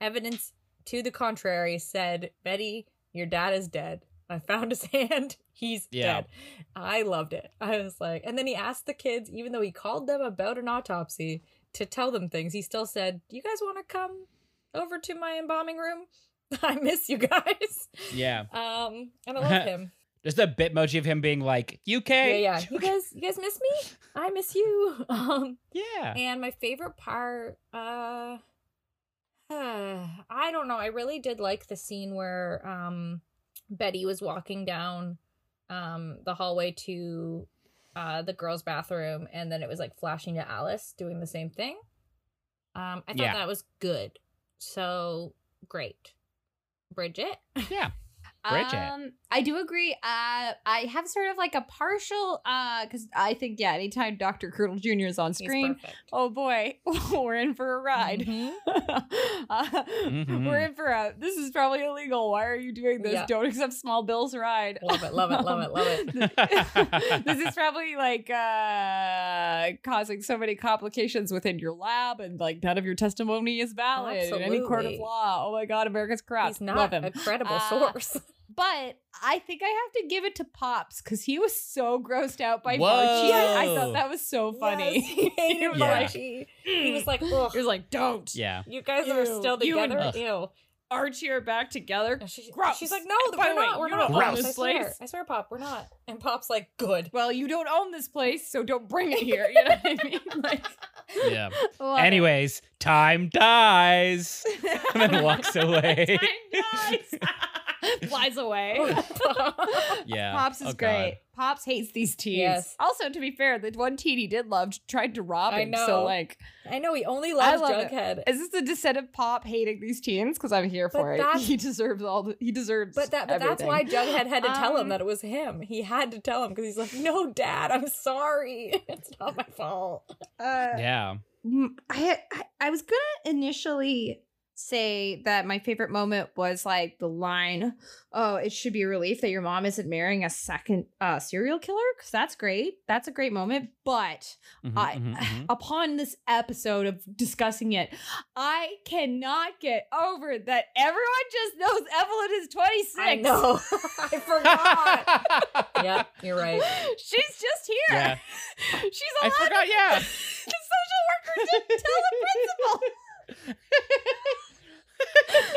[SPEAKER 5] evidence to the contrary said, "Betty, your dad is dead. I found his hand. He's
[SPEAKER 6] Yeah.
[SPEAKER 5] dead." I loved it. I was like, and then he asked the kids even though he called them about an autopsy to tell them things. He still said, "You guys want to come over to my embalming room? I miss you guys."
[SPEAKER 6] Yeah.
[SPEAKER 5] Um, and I love him.
[SPEAKER 6] There's the bitmoji of him being like, UK.
[SPEAKER 5] Yeah, yeah. You guys, you guys miss me? I miss you. Um,
[SPEAKER 6] Yeah.
[SPEAKER 5] and my favorite part, uh, I don't know. I really did like the scene where um, Betty was walking down um, the hallway to uh, the girls' bathroom, and then it was like flashing to Alice doing the same thing. Um, I thought
[SPEAKER 6] Yeah.
[SPEAKER 5] that was good. So great, Bridget.
[SPEAKER 6] Yeah. Bridget.
[SPEAKER 3] Um, I do agree. Uh, I have sort of like a partial, uh, because I think yeah, anytime Dr. Curdle Jr. is on
[SPEAKER 5] He's
[SPEAKER 3] screen,
[SPEAKER 5] perfect.
[SPEAKER 3] oh boy, we're in for a ride.
[SPEAKER 5] Mhm.
[SPEAKER 3] Uh, We're
[SPEAKER 6] Mhm.
[SPEAKER 3] in for a. This is probably illegal. Why are you doing this?
[SPEAKER 5] Yeah.
[SPEAKER 3] Don't accept small bills. Ride.
[SPEAKER 5] Love it, love it, love it, love it.
[SPEAKER 3] this is probably like uh causing so many complications within your lab and like none of your testimony is valid in any court of
[SPEAKER 5] Absolutely.
[SPEAKER 3] law. Oh my god, America's crap.
[SPEAKER 5] He's not
[SPEAKER 3] Love him.
[SPEAKER 5] a credible
[SPEAKER 3] Uh,
[SPEAKER 5] source.
[SPEAKER 3] But I think I have to give it to Pops because he was so grossed out by
[SPEAKER 6] Whoa.
[SPEAKER 3] Margie. I thought that was so funny.
[SPEAKER 5] Yes, he hated
[SPEAKER 6] Yeah.
[SPEAKER 5] Archie. He was like,
[SPEAKER 3] he
[SPEAKER 5] "Ugh,
[SPEAKER 3] was like, don't.
[SPEAKER 6] yeah.
[SPEAKER 5] you guys are
[SPEAKER 3] Ew.
[SPEAKER 5] still
[SPEAKER 3] You and-
[SPEAKER 5] together.
[SPEAKER 6] Ugh.
[SPEAKER 5] Ew.
[SPEAKER 3] Archie are back together.
[SPEAKER 5] And she-
[SPEAKER 3] Gross.
[SPEAKER 5] she's like, no,
[SPEAKER 3] By
[SPEAKER 5] we're
[SPEAKER 3] the way,
[SPEAKER 5] not. We're
[SPEAKER 3] you
[SPEAKER 5] not.
[SPEAKER 3] don't own
[SPEAKER 5] Pops, I
[SPEAKER 3] this
[SPEAKER 5] swear.
[SPEAKER 3] place.
[SPEAKER 5] I swear, Pop, we're not. And Pop's like, good.
[SPEAKER 3] Well, you don't own this place, so don't bring it here. You know what I mean? Like,
[SPEAKER 6] Yeah.
[SPEAKER 3] love it.
[SPEAKER 6] Anyways, time dies. and then walks away.
[SPEAKER 3] Time dies. Flies away.
[SPEAKER 5] Oh,
[SPEAKER 6] Yeah.
[SPEAKER 3] Pops is
[SPEAKER 6] Oh, God.
[SPEAKER 3] great. Pops hates these teens.
[SPEAKER 5] Yes.
[SPEAKER 3] Also, to be fair, the one teen he did love tried to rob
[SPEAKER 5] I
[SPEAKER 3] him.
[SPEAKER 5] know.
[SPEAKER 3] So, like,
[SPEAKER 5] I know he only
[SPEAKER 3] I
[SPEAKER 5] loves
[SPEAKER 3] love it.
[SPEAKER 5] Jughead.
[SPEAKER 3] is this the descent of Pop hating these teens? Because I'm here
[SPEAKER 5] But
[SPEAKER 3] for it.
[SPEAKER 5] that's-
[SPEAKER 3] He deserves all. The, he deserves.
[SPEAKER 5] But that, but that's why
[SPEAKER 3] everything.
[SPEAKER 5] Jughead had to tell
[SPEAKER 3] Um,
[SPEAKER 5] him that it was him. He had to tell him because he's like, "No, Dad, I'm sorry. It's not my fault."
[SPEAKER 7] Uh,
[SPEAKER 6] Yeah.
[SPEAKER 3] Mm,
[SPEAKER 7] I, I I was gonna initially say that my favorite moment was like the line, "Oh, it should be a relief that your mom isn't marrying a second uh, serial killer," because that's great. That's a great moment. But
[SPEAKER 6] Mhm,
[SPEAKER 7] I,
[SPEAKER 6] mhm, mhm.
[SPEAKER 7] upon this episode of discussing it, I cannot get over that everyone just knows Evelyn is twenty
[SPEAKER 5] I
[SPEAKER 7] six.
[SPEAKER 5] know. I forgot. yep, you're right.
[SPEAKER 7] She's just here.
[SPEAKER 6] Yeah.
[SPEAKER 7] She's
[SPEAKER 6] I
[SPEAKER 7] alive.
[SPEAKER 6] forgot. Yeah.
[SPEAKER 7] the social worker didn't tell the principal. what does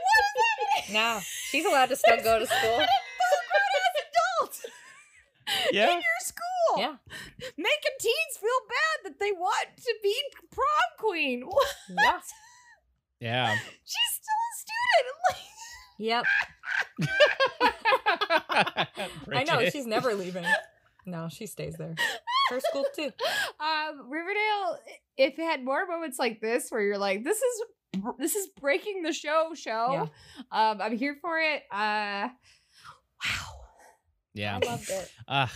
[SPEAKER 7] that mean?
[SPEAKER 5] No, she's allowed to still go to school.
[SPEAKER 7] An full-grown-ass adult in
[SPEAKER 6] Yeah.
[SPEAKER 7] your school.
[SPEAKER 5] Yeah.
[SPEAKER 7] Making teens feel bad that they want to be prom queen. What?
[SPEAKER 5] Yeah.
[SPEAKER 6] Yeah.
[SPEAKER 3] She's still a student. Like,
[SPEAKER 5] Yep. I know
[SPEAKER 6] Bridget.
[SPEAKER 5] she's never leaving. No, she stays there. Her school too.
[SPEAKER 3] um, Riverdale, if it had more moments like this where you're like, this is br- this is breaking the show, show. Um, I'm here for it. Uh, wow.
[SPEAKER 6] Yeah.
[SPEAKER 5] loved it.
[SPEAKER 6] Ah,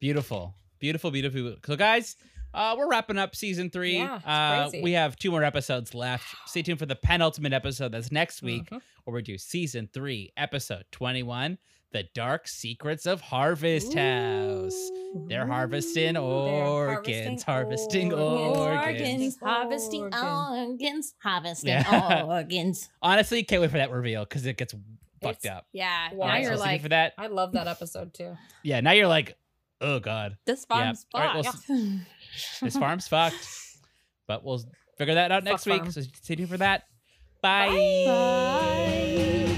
[SPEAKER 6] beautiful, beautiful, beautiful. So, guys, uh, we're wrapping up season three.
[SPEAKER 5] Yeah, it's
[SPEAKER 6] uh,
[SPEAKER 5] crazy.
[SPEAKER 6] we have two more episodes left. Stay tuned for the penultimate episode that's next week,
[SPEAKER 5] Mm-hmm.
[SPEAKER 6] where we do season three, episode twenty-one, "The Dark Secrets of Harvest House." They're harvesting organs, harvesting, organs.
[SPEAKER 8] Organs, harvesting organs, harvesting
[SPEAKER 6] Yeah.
[SPEAKER 8] organs.
[SPEAKER 6] Honestly, can't wait for that reveal because it gets fucked
[SPEAKER 5] It's-
[SPEAKER 6] up.
[SPEAKER 8] Yeah.
[SPEAKER 5] Wow.
[SPEAKER 6] Yeah,
[SPEAKER 5] now
[SPEAKER 6] so
[SPEAKER 5] you're
[SPEAKER 6] stay tuned for that.
[SPEAKER 5] I love that episode too.
[SPEAKER 6] Yeah, now you're like, oh god,
[SPEAKER 8] This
[SPEAKER 6] Yeah.
[SPEAKER 8] farm's
[SPEAKER 6] All right,
[SPEAKER 8] yeah.
[SPEAKER 6] well, this farm's fucked. But we'll figure that out next week.
[SPEAKER 5] farm.
[SPEAKER 6] So stay tuned for that. Bye.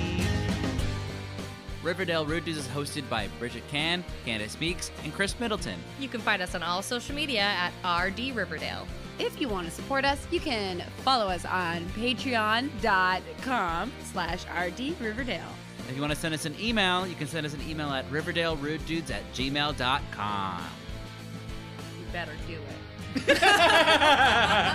[SPEAKER 6] Riverdale Root Dudes is hosted by Bridget Can, Candace Speaks, and Chris Middleton.
[SPEAKER 9] You can find us on all social media at RD Riverdale.
[SPEAKER 2] If you want to support us, you can follow us on patreon.com slash RD Riverdale.
[SPEAKER 6] If you want to send us an email, you can send us an email at riverdalerudedudes at gmail.com.
[SPEAKER 9] You better do it.